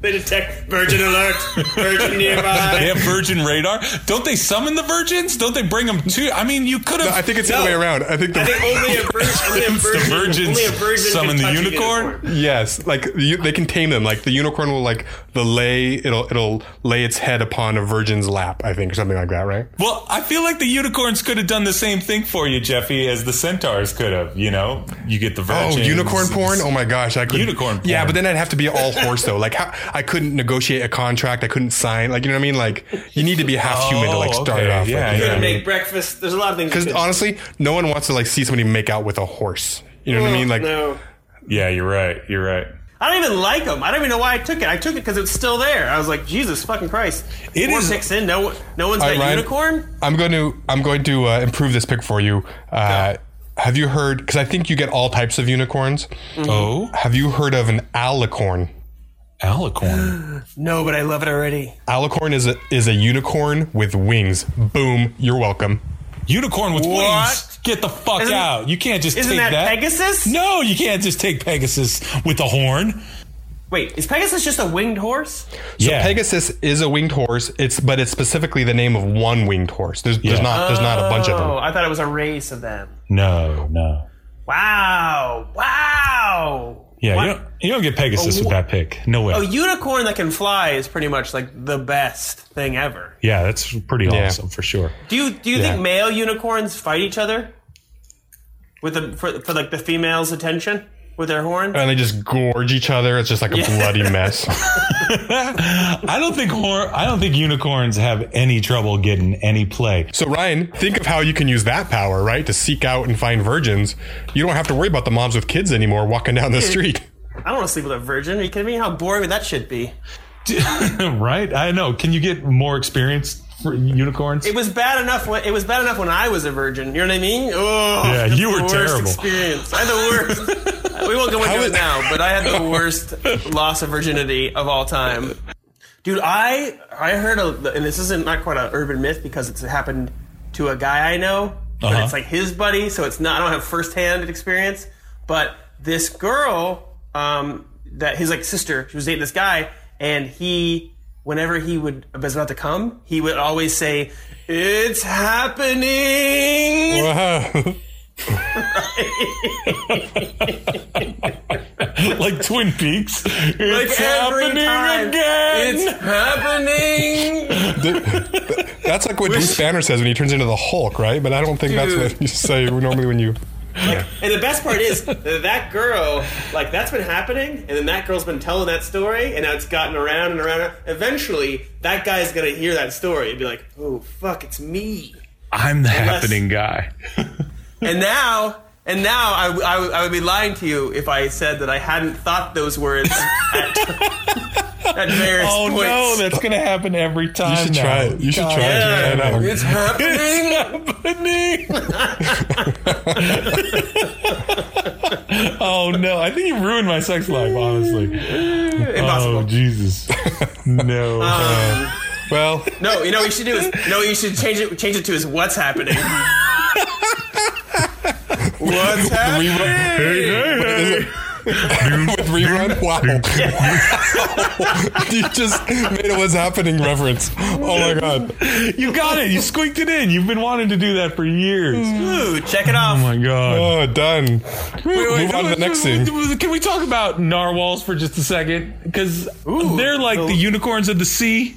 Speaker 1: They detect Virgin Alert, Virgin
Speaker 3: (laughs)
Speaker 1: nearby.
Speaker 3: they have virgin radar. Don't they summon the virgins? Don't they bring them to? I mean, you could have.
Speaker 2: I think it's the other way around. I think the
Speaker 1: I think only a virgin, only a virgin,
Speaker 3: virgins
Speaker 1: only a virgin can
Speaker 3: summon the
Speaker 1: touch a
Speaker 3: unicorn?
Speaker 2: Yes, like you, they can tame them. Like the unicorn will like the lay it'll it'll lay its head upon a virgin's lap, I think, or something like that, right?
Speaker 3: Well, I feel like the unicorns could have done the same thing for you, Jeffy, as the centaurs could have. You know, you get the
Speaker 2: Oh,
Speaker 3: virgins.
Speaker 2: unicorn porn! Oh my gosh, I could
Speaker 3: Unicorn
Speaker 2: Yeah,
Speaker 3: porn.
Speaker 2: but then I'd have to be all horse though. Like how, I couldn't negotiate a contract. I couldn't sign. Like you know what I mean? Like you need to be half human to like
Speaker 3: Oh,
Speaker 2: start
Speaker 3: okay.
Speaker 2: off.
Speaker 3: Yeah,
Speaker 2: like, you know
Speaker 3: yeah.
Speaker 2: what I mean?
Speaker 1: Make breakfast. There's a lot of things. you
Speaker 2: Because
Speaker 1: could-
Speaker 2: honestly, no one wants to like see somebody make out with a horse. You know what I mean? Like
Speaker 1: no.
Speaker 3: Yeah, you're right. You're right.
Speaker 1: I don't even like them. I don't even know why I took it. I took it because it's still there. I was like, Jesus fucking Christ.
Speaker 3: It
Speaker 1: It Four
Speaker 3: is-
Speaker 1: picks in. No, one- no one's
Speaker 2: All
Speaker 1: got
Speaker 2: right, Ryan,
Speaker 1: unicorn.
Speaker 2: I'm going to I'm going to uh, improve this pick for you. Uh, Have you heard? Because I think you get all types of unicorns.
Speaker 3: Oh,
Speaker 2: Have you heard of an alicorn?
Speaker 3: alicorn.
Speaker 1: No, but I love it already.
Speaker 2: Alicorn is a is a unicorn with wings. Boom. You're welcome.
Speaker 3: unicorn with
Speaker 1: What?
Speaker 3: wings. Get the fuck
Speaker 1: Isn't-
Speaker 3: out. You can't just
Speaker 1: Isn't
Speaker 3: take
Speaker 1: that,
Speaker 3: that.
Speaker 1: Pegasus?
Speaker 3: No, you can't just take Pegasus with a horn.
Speaker 1: Wait, is Pegasus just a winged horse?
Speaker 3: yeah.
Speaker 2: Pegasus is a winged horse. It's but it's specifically the name of one winged horse. There's, there's
Speaker 3: Yeah.
Speaker 2: not there's not a bunch of
Speaker 1: Oh,
Speaker 2: them.
Speaker 1: I thought it was a race of them.
Speaker 3: no, no.
Speaker 1: Wow. Wow.
Speaker 3: Yeah,
Speaker 1: What?
Speaker 3: you don't, you don't get Pegasus with that pick. No way.
Speaker 1: A Oh, unicorn that can fly is pretty much like the best thing ever.
Speaker 3: yeah, that's pretty awesome for sure. (laughs)
Speaker 1: Do you do you think male unicorns fight each other with the for, for like the female's attention with their horn?
Speaker 3: Uh,
Speaker 2: And they just gorge each other. It's just like a bloody mess.
Speaker 3: I don't think hor- I don't think unicorns have any trouble getting any play. (laughs)
Speaker 2: So Ryan, think of how you can use that power, right, to seek out and find virgins. You don't have to worry about the moms with kids anymore walking down the street. (laughs)
Speaker 1: I don't want to sleep with a virgin. Are you kidding me? How boring would that shit be?
Speaker 3: right? I know. Can you get more experience for unicorns?
Speaker 1: It
Speaker 3: (laughs)
Speaker 1: was bad enough. When, it was bad enough when I was a virgin. You know what I mean? Oh,
Speaker 3: Yeah,
Speaker 1: that's
Speaker 3: you
Speaker 1: the
Speaker 3: were
Speaker 1: worst
Speaker 3: terrible.
Speaker 1: Experience. I had the worst. we won't go into
Speaker 2: How
Speaker 1: it
Speaker 2: is-
Speaker 1: now, but I had
Speaker 3: (laughs)
Speaker 1: the worst loss of virginity of all time. Dude, I I heard a, and this isn't not quite an urban myth because it's happened to a guy I know, but
Speaker 3: Uh-huh.
Speaker 1: it's like his buddy, so it's not. I don't have firsthand experience, but this girl, um, that his like sister, she was dating this guy, and he, whenever he would was about to come, he would always say, "It's happening."
Speaker 3: like Twin Peaks. It's
Speaker 1: Like every
Speaker 3: happening
Speaker 1: time.
Speaker 3: again.
Speaker 1: It's happening.
Speaker 2: That's like what Bruce Banner says when he turns into the Hulk, right? But I don't think that's what
Speaker 1: Dude.
Speaker 2: you say normally when you.
Speaker 1: and the best part is (laughs) that that girl, like that's been happening, and then that girl's been telling that story, and now it's gotten around and around. Eventually, that guy's gonna hear that story and be like, "Oh fuck, it's me."
Speaker 3: I'm the happening guy.
Speaker 1: And now, and now, I, w- I w- I would be lying to you if I said that I hadn't thought those words at, at various
Speaker 3: Oh
Speaker 1: points.
Speaker 3: no, that's gonna happen every
Speaker 2: You
Speaker 3: time.
Speaker 2: should
Speaker 3: now.
Speaker 2: try it. You should try
Speaker 1: Yeah.
Speaker 2: it. I know.
Speaker 1: it's happening.
Speaker 3: It's happening. oh no, I think you ruined my sex life. Honestly,
Speaker 1: Impossible.
Speaker 3: (laughs) oh Jesus, no.
Speaker 2: Well,
Speaker 1: No, you know what you should do is no, you should change it change it to is what's happening.
Speaker 3: (laughs)
Speaker 1: what's happening?
Speaker 2: with rerun, wow! (laughs) you just made a "What's Happening" reference. Oh my god!
Speaker 3: you got it. You squeaked it in. You've been wanting to do that for years.
Speaker 1: Ooh, check it
Speaker 3: Oh
Speaker 1: off.
Speaker 3: my god.
Speaker 2: Oh, done. Move
Speaker 3: Wait,
Speaker 2: on to the
Speaker 3: wait,
Speaker 2: next
Speaker 3: wait,
Speaker 2: thing.
Speaker 3: wait, Can we talk about narwhals for just a second? Because
Speaker 1: Ooh.
Speaker 3: they're like
Speaker 1: Oh.
Speaker 3: the unicorns of the sea.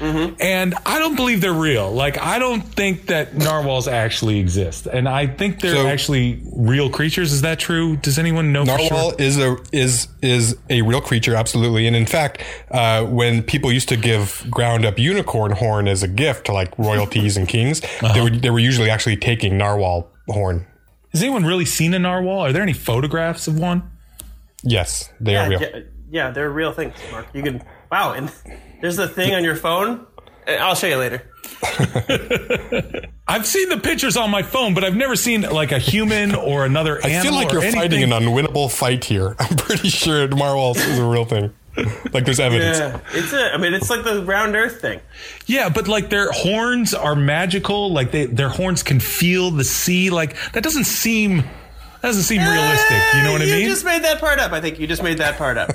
Speaker 3: And I don't believe they're real. Like I don't think that narwhals actually exist, and I think they're
Speaker 2: So-
Speaker 3: actually real creatures. Is that true? Does anyone know for
Speaker 2: Narwhal
Speaker 3: sure?
Speaker 2: is a is is a real creature, absolutely. And in fact, uh, when people used to give ground up unicorn horn as a gift to like royalties and kings, they
Speaker 3: Uh-huh.
Speaker 2: were they were usually actually taking narwhal horn.
Speaker 3: Has anyone really seen a narwhal? Are there any photographs of one?
Speaker 2: Yes, they are real.
Speaker 1: Yeah, yeah, they're real things, Mark. You can wow, and there's the thing on your phone. Uh, I'll show you later.
Speaker 3: I've seen the pictures on my phone, but I've never seen like a human or another
Speaker 2: I
Speaker 3: animal.
Speaker 2: feel like
Speaker 3: or
Speaker 2: you're (laughs)
Speaker 3: anything.
Speaker 2: fighting an unwinnable fight here. I'm pretty sure narwhals is a real thing. Like there's evidence.
Speaker 1: Yeah, Uh, it's it. I mean, it's like the round Earth thing.
Speaker 3: Yeah, but like their horns are magical. Like they, their horns can feel the sea. Like that doesn't seem, that doesn't seem realistic. You know what I
Speaker 1: Eh, you
Speaker 3: mean?
Speaker 1: just made that part up. I think you just made that part
Speaker 3: (laughs)
Speaker 1: up.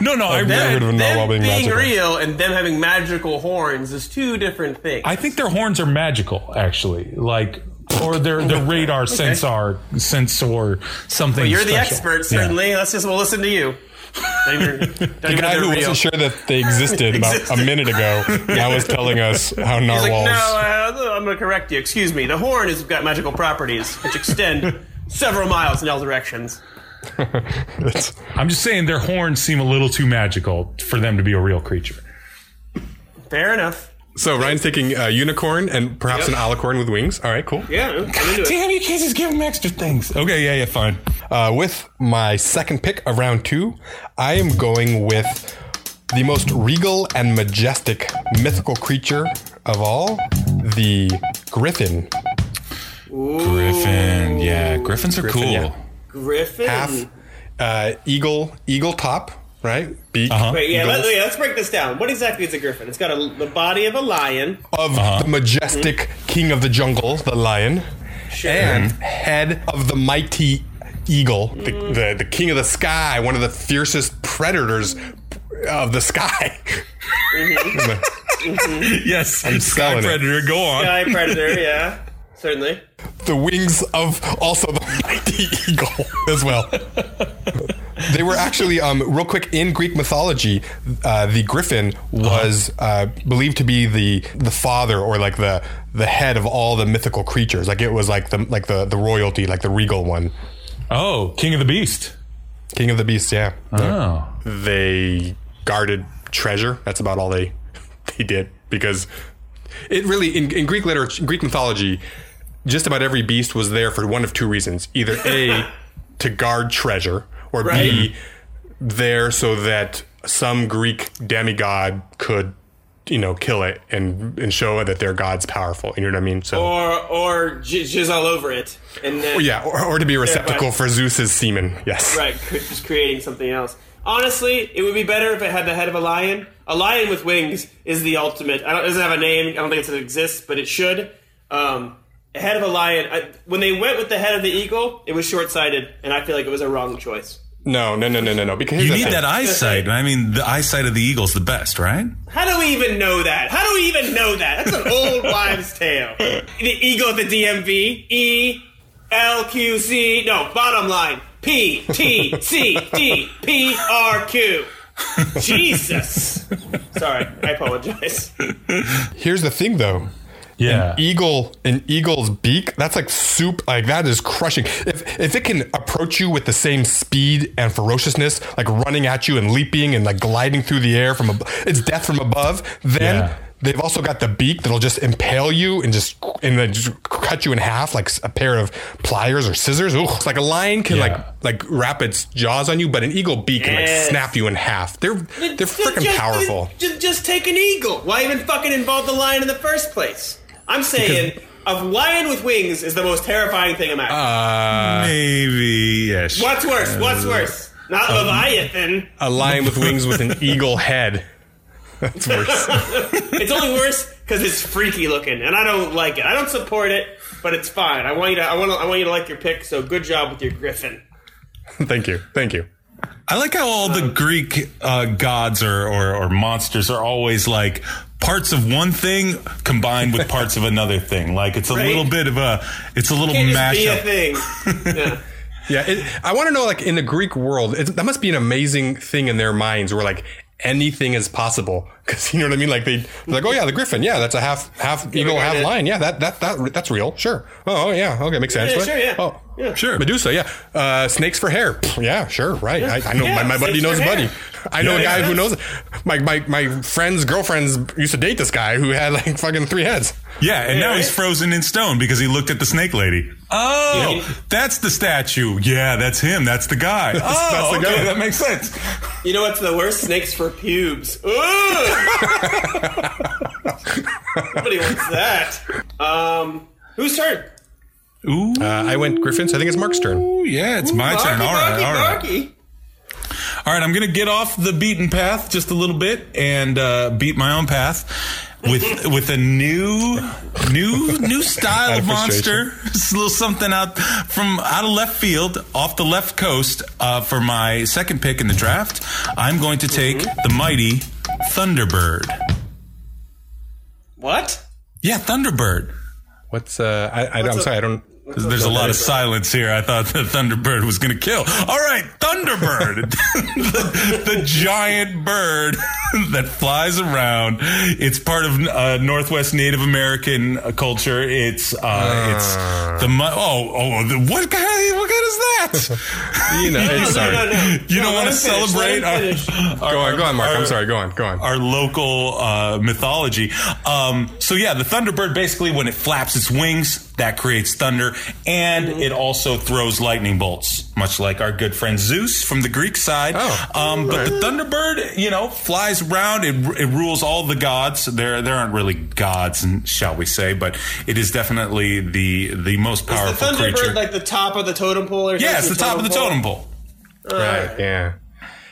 Speaker 3: no,
Speaker 1: Oh,
Speaker 3: no, I
Speaker 2: Get
Speaker 3: read.
Speaker 2: rid of a
Speaker 1: them
Speaker 2: narwhal being
Speaker 1: being,
Speaker 2: magical.
Speaker 1: real and them having magical horns is two different things.
Speaker 3: I think their horns are magical, actually. Like, or their their radar sensor sensor something.
Speaker 1: You're the
Speaker 3: special.
Speaker 1: expert,
Speaker 3: Yeah.
Speaker 1: certainly. Let's just we'll listen to you. Don't even- don't
Speaker 2: (laughs) The
Speaker 1: even
Speaker 2: guy
Speaker 1: know they're
Speaker 2: who
Speaker 1: real.
Speaker 2: wasn't sure that they existed about a
Speaker 1: Existed. (laughs)
Speaker 2: minute ago now is telling us how
Speaker 1: He's like,
Speaker 2: narwhals.
Speaker 1: no, uh, I'm going to correct you. Excuse me. The horn has got magical properties which
Speaker 2: (laughs)
Speaker 1: extend several miles in all directions.
Speaker 2: That's-
Speaker 3: I'm just saying their horns seem a little too magical for them to be a real creature.
Speaker 1: Fair enough.
Speaker 2: so Ryan's taking a unicorn and perhaps an alicorn with wings. All right, cool.
Speaker 1: Yeah, I'm into it.
Speaker 3: Damn, you can't just give them extra things. Okay, yeah, yeah, fine.
Speaker 2: Uh, with my second pick of round two, I am going with the most regal and majestic mythical creature of all, the griffin.
Speaker 3: Griffin, yeah, griffins are cool.
Speaker 2: yeah.
Speaker 1: Griffin.
Speaker 2: Half uh, eagle, eagle top, right? Beak. Uh-huh.
Speaker 1: Wait, yeah, let, us break this down. What exactly is a griffin? It's got a, the body of a lion.
Speaker 2: of the majestic king of the jungle, the lion, and head of the mighty eagle, the, the, the king of the sky, one of the fiercest predators of the sky. (laughs)
Speaker 3: (laughs) Yes, I'm sky
Speaker 2: selling it.
Speaker 3: predator. Go on.
Speaker 1: Sky predator, yeah. Certainly.
Speaker 2: the wings of also the mighty eagle as well. they were actually, um, real quick, in Greek mythology, uh, the griffin was uh, believed to be the the father or like the the head of all the mythical creatures. Like it was like the like the the royalty, like the regal one,
Speaker 3: Oh, King of the Beast.
Speaker 2: king of the beasts. Yeah,
Speaker 3: Oh,
Speaker 2: they guarded treasure. That's about all they (laughs) they did because it really in, in Greek literature, Greek mythology, just about every beast was there for one of two reasons: either
Speaker 3: (laughs)
Speaker 2: a to guard treasure, or b
Speaker 3: Mm-hmm.
Speaker 2: there so that some Greek demigod could you know kill it and and show that their god's powerful. You know what I mean? So.
Speaker 3: Oh.
Speaker 1: Or or j- jizz all over it. And then,
Speaker 2: yeah, or, or to be a receptacle for Zeus's semen. Yes.
Speaker 1: Right, cr- just creating something else. Honestly, it would be better if it had the head of a lion. A lion with wings is the ultimate. I don't, it doesn't have a name. I don't think it exists, but it should. Um, a head of a lion. I, when they went with the head of the eagle, it was short-sighted, and I feel like it was a wrong choice.
Speaker 2: No, no, no, no, no, no. Because here's
Speaker 3: you
Speaker 2: the
Speaker 3: need
Speaker 2: thing.
Speaker 3: that eyesight. I mean, the eyesight of the eagle's the best, (laughs) right?
Speaker 1: How do we even know that? How do we even know that? That's an old wives' tale. The eagle at the DMV. E L Q C. No, bottom line. P T C D P R Q. Jesus. (laughs) Sorry, I apologize.
Speaker 2: Here's the thing, though.
Speaker 3: Yeah.
Speaker 2: an eagle an eagle's beak that's like soup like that is crushing if if it can approach you with the same speed and ferociousness like running at you and leaping and like gliding through the air from ab- it's death from above then
Speaker 3: Yeah.
Speaker 2: they've also got the beak that'll just impale you and just and then just cut you in half like a pair of pliers or scissors Ooh, it's like a lion can
Speaker 3: Yeah.
Speaker 2: like like wrap its jaws on you but an eagle beak can like
Speaker 1: Yes.
Speaker 2: snap you in half they're they're freaking
Speaker 1: Just-
Speaker 2: powerful
Speaker 1: Just, just take an eagle. Why even fucking involve the lion in the first place? I'm saying a lion with wings is the most terrifying thing imaginable.
Speaker 2: Uh,
Speaker 3: Uh, Maybe, yeah. sure.
Speaker 1: What's worse?
Speaker 2: uh,
Speaker 1: What's worse? Not
Speaker 2: um,
Speaker 1: Leviathan.
Speaker 2: a lion with wings
Speaker 1: (laughs)
Speaker 2: with an eagle head that's worse
Speaker 1: It's only worse because it's freaky looking, and I don't like it. I don't support it, but it's fine. I want you to. I want. To, I want you to like your pick. So good job with your Griffin.
Speaker 2: (laughs) Thank you. Thank you.
Speaker 3: I like how all the Greek uh, gods or, or, or monsters are always like parts of one thing combined with parts of another thing. Like it's a
Speaker 1: Right.
Speaker 3: little bit of a, it's a little
Speaker 1: Can't just be a
Speaker 3: mashup.
Speaker 1: thing.
Speaker 2: (laughs)
Speaker 1: Yeah.
Speaker 2: Yeah, it, I want to know, like, in the Greek world, it's, that must be an amazing thing in their minds, where like anything is possible. (laughs) Because you know what I mean? Like they, they're like, oh yeah, the griffin. Yeah, that's a half half eagle,
Speaker 1: got
Speaker 2: half
Speaker 1: it.
Speaker 2: lion. Yeah, that that that that's real. Sure. Oh oh, yeah. Okay, makes sense.
Speaker 1: Yeah,
Speaker 2: What?
Speaker 1: sure, yeah.
Speaker 2: Oh
Speaker 1: Yeah.
Speaker 2: sure. Medusa. Yeah. Uh, snakes for hair. Pff, Yeah. Sure. Right. I, I know
Speaker 1: Yeah,
Speaker 2: my, my buddy
Speaker 1: snakes for
Speaker 2: knows
Speaker 1: hair.
Speaker 2: buddy. I know a
Speaker 3: Yeah,
Speaker 2: guy
Speaker 3: yeah.
Speaker 2: who knows. My my my friend's girlfriends used to date this guy who had like fucking three heads.
Speaker 3: Yeah, and now
Speaker 1: Yeah.
Speaker 3: he's frozen in stone because he looked at the snake lady. Oh,
Speaker 1: Yeah.
Speaker 3: that's the statue. Yeah, that's him. That's the guy. Oh,
Speaker 2: that's the
Speaker 3: okay,
Speaker 2: guy.
Speaker 3: that makes sense.
Speaker 1: You know what's the worst? Snakes for pubes.
Speaker 3: (laughs)
Speaker 1: Ooh. Nobody wants that. Um, whose turn?
Speaker 3: Ooh,
Speaker 2: Uh, I went griffins. I think it's Mark's turn.
Speaker 3: yeah, it's my
Speaker 1: Barky,
Speaker 3: turn. All right,
Speaker 1: barky,
Speaker 3: all right.
Speaker 1: barky.
Speaker 3: All right, I'm going to get off the beaten path just a little bit and uh, beat my own path with with a new new new style of monster. It's a little something out from out of left field, off the left coast. Uh, for my second pick in the draft, I'm going to take
Speaker 1: Mm-hmm.
Speaker 3: the mighty Thunderbird.
Speaker 1: What?
Speaker 3: Yeah, Thunderbird.
Speaker 2: What's uh? I, I I'm sorry. I don't.
Speaker 3: There's a lot of silence here. I thought the Thunderbird was going to kill. All right, Thunderbird, (laughs) the, the giant bird (laughs) that flies around. It's part of uh, Northwest Native American uh, culture. It's uh,
Speaker 2: Ah.
Speaker 3: it's the mu- oh oh the, what kind what kind is that?
Speaker 2: (laughs) You know.
Speaker 3: (laughs)
Speaker 1: No,
Speaker 2: It's, sorry.
Speaker 1: no, no.
Speaker 3: you
Speaker 1: No,
Speaker 3: don't
Speaker 1: let
Speaker 3: want to
Speaker 1: him finish,
Speaker 3: celebrate.
Speaker 1: let
Speaker 3: Our,
Speaker 1: him finish.
Speaker 2: Go on. Go on, Mark.
Speaker 3: our-
Speaker 2: I'm sorry. Go on. Go on.
Speaker 3: our local uh, mythology. Um, so yeah, the thunderbird basically when it flaps its wings, that creates thunder, and
Speaker 1: Mm-hmm.
Speaker 3: it also throws lightning bolts, much like our good friend Zeus from the Greek side.
Speaker 2: Oh.
Speaker 3: Um, but the thunderbird, you know, flies around. It, it rules all the gods. There, there aren't really gods, shall we say, but it is definitely the the most
Speaker 1: Is the
Speaker 3: powerful
Speaker 1: Thunderbird
Speaker 3: creature.
Speaker 1: like the top of the totem pole? Or
Speaker 3: yeah,
Speaker 1: next
Speaker 3: it's
Speaker 1: to
Speaker 3: the top of the totem pole.
Speaker 2: right. Yeah.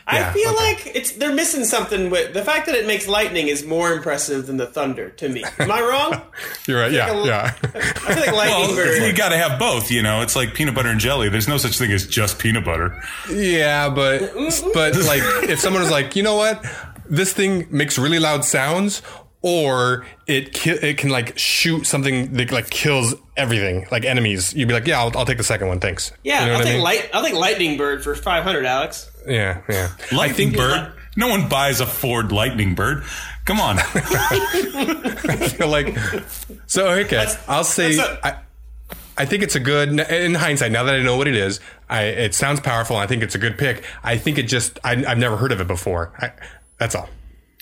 Speaker 1: I
Speaker 2: Yeah,
Speaker 1: feel
Speaker 2: okay.
Speaker 1: like it's they're missing something. With the fact that it makes lightning is more impressive than the thunder to me. Am I wrong?
Speaker 2: You're right. Yeah.
Speaker 1: a-
Speaker 2: Yeah. (laughs)
Speaker 1: I feel like lightning
Speaker 3: (laughs) Well, Oh, you
Speaker 1: bird.
Speaker 3: got to have both, you know. It's like peanut butter and jelly. There's no such thing as just peanut butter.
Speaker 2: Yeah, but but like if someone was like, you know what, this thing makes really loud sounds, or it ki- it can like shoot something that like kills everything, like enemies. You'd be like, yeah, I'll, I'll take the second one, thanks.
Speaker 1: Yeah,
Speaker 2: you know
Speaker 1: I'll
Speaker 2: what
Speaker 1: take
Speaker 2: I mean?
Speaker 1: light. I'll take lightning bird for five hundred, Alex.
Speaker 2: yeah, yeah.
Speaker 3: Lightning bird. No one buys a Ford Lightning bird. Come
Speaker 2: (laughs)
Speaker 3: on.
Speaker 2: I (laughs) feel like so. Okay, I'll say.
Speaker 1: that's
Speaker 2: I I think it's a good. In hindsight, now that I know what it is, I it sounds powerful. and I think it's a good pick. I think it just I, I've never heard of it before. I, that's all.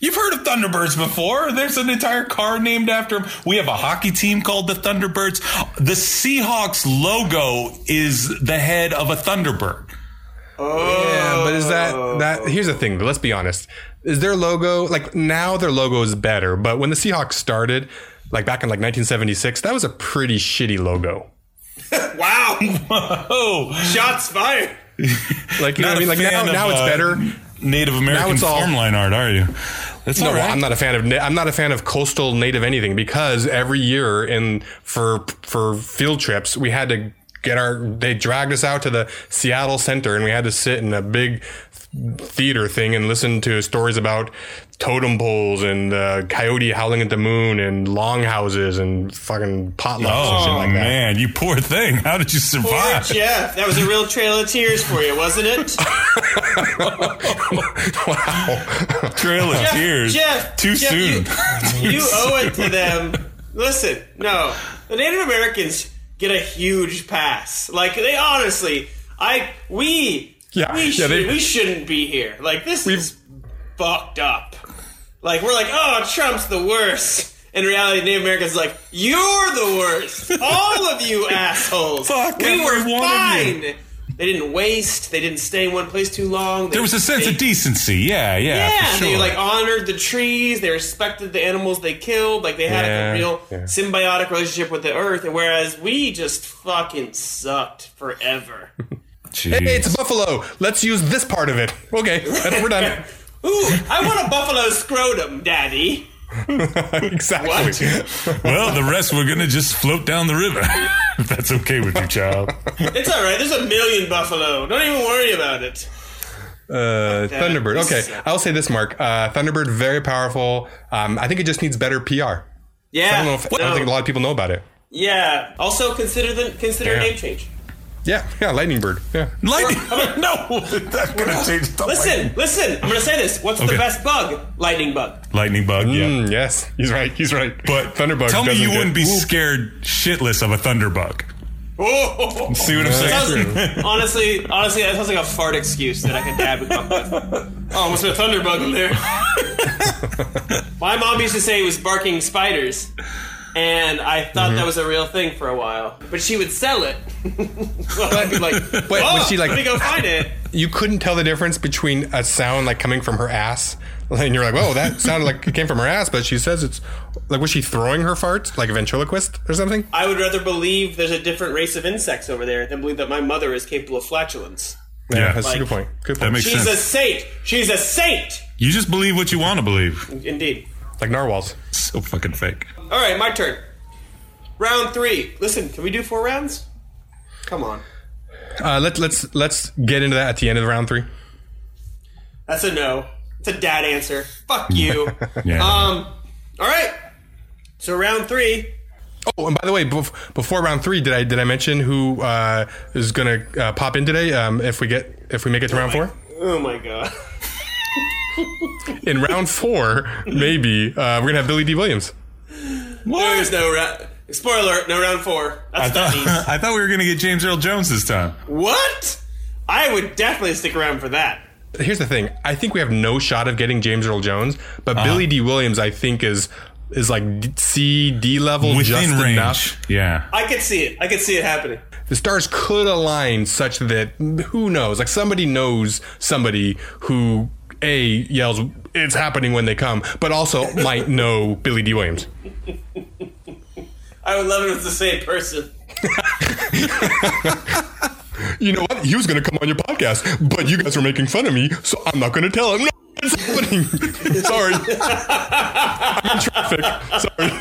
Speaker 3: You've heard of Thunderbirds before. There's an entire car named after them. We have a hockey team called the Thunderbirds. The Seahawks logo is the head of a Thunderbird. (laughs)
Speaker 2: Yeah, but is that that? Oh. Here's the thing. Let's be honest. Is their logo like now? Their logo is better, but when the Seahawks started, like back in like 1976, that was a pretty shitty logo.
Speaker 1: Wow! (laughs)
Speaker 3: Whoa.
Speaker 1: Shots fired.
Speaker 2: Like you know what I
Speaker 3: Oh, Not a
Speaker 2: mean? Like now,
Speaker 3: fan of,
Speaker 2: now it's
Speaker 3: uh,
Speaker 2: better.
Speaker 3: Native American
Speaker 2: it's all-
Speaker 3: form line art, are you? That's
Speaker 2: No,
Speaker 3: all right.
Speaker 2: I'm not a fan of na- I'm not a fan of coastal native anything because every year in for for field trips we had to get our they dragged us out to the Seattle center and we had to sit in a big theater thing and listen to stories about totem poles and uh, coyote howling at the moon and longhouses and fucking potlucks and
Speaker 3: Oh
Speaker 2: shit like that.
Speaker 3: man, you poor thing! How did you
Speaker 1: Poor
Speaker 3: survive?
Speaker 1: Jeff. That was a real trail of tears for you, wasn't it?
Speaker 2: wow.
Speaker 3: Trail of tears.
Speaker 1: Jeff,
Speaker 3: Too
Speaker 1: Jeff,
Speaker 3: soon.
Speaker 1: (laughs) You, you owe it to them. Listen, no, the Native Americans get a huge pass. Like they honestly, I we
Speaker 2: Yeah,
Speaker 1: we
Speaker 2: yeah,
Speaker 1: should,
Speaker 2: they-
Speaker 1: we shouldn't be here. Like this is fucked up. Like we're like, oh, Trump's the worst. In reality, Native Americans are like you're the worst. All of
Speaker 3: (laughs)
Speaker 1: you assholes.
Speaker 3: Fuck
Speaker 1: we were
Speaker 3: every one of you.
Speaker 1: fine. They didn't waste. They didn't stay in one place too long.
Speaker 3: There was a sense of decency. Yeah, yeah,
Speaker 1: Yeah,
Speaker 3: for sure.
Speaker 1: they like honored the trees. They respected the animals they killed. Like they had
Speaker 2: Yeah,
Speaker 1: a real
Speaker 2: yeah.
Speaker 1: symbiotic relationship with the earth. And whereas we just fucking sucked
Speaker 2: (laughs)
Speaker 1: forever.
Speaker 3: Jeez.
Speaker 2: Hey, it's buffalo. Let's use this part of it. Okay, that's, we're
Speaker 3: (laughs)
Speaker 2: done. (laughs)
Speaker 1: Ooh, I want a buffalo scrotum, Daddy.
Speaker 2: exactly.
Speaker 3: well, the rest we're gonna just float down the river. (laughs) if that's okay with you, child.
Speaker 1: It's all right. There's a million buffalo. Don't even worry about it.
Speaker 2: Uh, Thunderbird.
Speaker 1: is
Speaker 2: Okay,
Speaker 1: sick.
Speaker 2: I'll say this, Mark. Uh, Thunderbird, very powerful. Um, I think it just needs better PR.
Speaker 1: Yeah.
Speaker 2: I don't know if I
Speaker 1: no.
Speaker 2: don't think a lot of people know about it.
Speaker 1: yeah. Also consider the consider a
Speaker 2: Yeah.
Speaker 1: name change.
Speaker 2: Yeah, yeah, Lightning Bird. Yeah,
Speaker 3: (laughs) Lightning? no, that's gonna change the
Speaker 1: Listen, listen. I'm gonna say this. What's the
Speaker 3: Okay.
Speaker 1: best bug? Lightning bug.
Speaker 3: lightning bug. Yeah.
Speaker 2: Mm, yes, he's right. He's right.
Speaker 3: But
Speaker 2: Thunderbird.
Speaker 3: tell me
Speaker 2: doesn't
Speaker 3: you
Speaker 2: get-
Speaker 3: wouldn't be
Speaker 2: Ooh.
Speaker 3: scared shitless of a thunderbug.
Speaker 1: Oh.
Speaker 3: See what I'm
Speaker 1: Sounds-
Speaker 3: saying? (laughs)
Speaker 1: honestly, honestly, that sounds like a fart excuse that I could dab and come with. (laughs) Oh, almost a thunderbug in there. (laughs) My mom used to say it was barking spiders, and I thought
Speaker 3: Mm-hmm.
Speaker 1: that was a real thing for a while. But she would sell it. (laughs) so I'd be like,
Speaker 2: But
Speaker 1: oh,
Speaker 2: was she like-
Speaker 1: let me go find it.
Speaker 2: You couldn't tell the difference between a sound like coming from her ass, and you're like, "Whoa,
Speaker 3: (laughs)
Speaker 2: that sounded like it came from her ass," but she says it's like was she throwing her farts like a ventriloquist or something?
Speaker 1: I would rather believe there's a different race of insects over there than believe that my mother is capable of flatulence.
Speaker 3: Yeah.
Speaker 2: that's a
Speaker 1: Like-
Speaker 2: good point. Good
Speaker 3: That
Speaker 2: point.
Speaker 3: makes
Speaker 1: She's a
Speaker 3: sense.
Speaker 1: saint. She's a saint.
Speaker 3: you just believe what you want to believe.
Speaker 1: Indeed.
Speaker 2: like narwhals.
Speaker 3: So fucking fake.
Speaker 1: All right, my turn. Round three. Listen, can we do four rounds? Come on.
Speaker 2: Uh, let's let's let's get into that at the end of the round three.
Speaker 1: That's a no. It's a dad answer. Fuck you.
Speaker 3: (laughs) Yeah.
Speaker 1: Um. All right. So round three.
Speaker 2: Oh, and by the way, bef- before round three, did I did I mention who uh, is going to uh, pop in today? Um, if we get if we make it to round four.
Speaker 1: Oh my god.
Speaker 2: In round
Speaker 3: (laughs)
Speaker 2: four, maybe uh, we're gonna have Billy D. Williams.
Speaker 1: There's no round. Spoiler alert. No round four. That's what that means.
Speaker 3: (laughs) I thought we were going to get James Earl Jones this time. (laughs)
Speaker 1: What? I would definitely stick around for that.
Speaker 2: Here's the thing: I think we have no shot of getting James Earl Jones, but
Speaker 3: Uh-huh.
Speaker 2: Billy D. Williams, I think, is is like D- C D level
Speaker 3: Within
Speaker 2: just
Speaker 3: range.
Speaker 2: enough.
Speaker 3: Yeah.
Speaker 1: I could see it. I could see it happening.
Speaker 2: The stars could align such that who knows? Like somebody knows somebody who a yells, "It's happening" when they come, but also might know Billy D. Williams.
Speaker 1: I would love it if it's the same person.
Speaker 2: You know what? He was gonna come on your podcast, but you guys were making fun of me, so I'm not gonna tell him. No, it's happening. (laughs) Sorry, I'm in traffic. Sorry.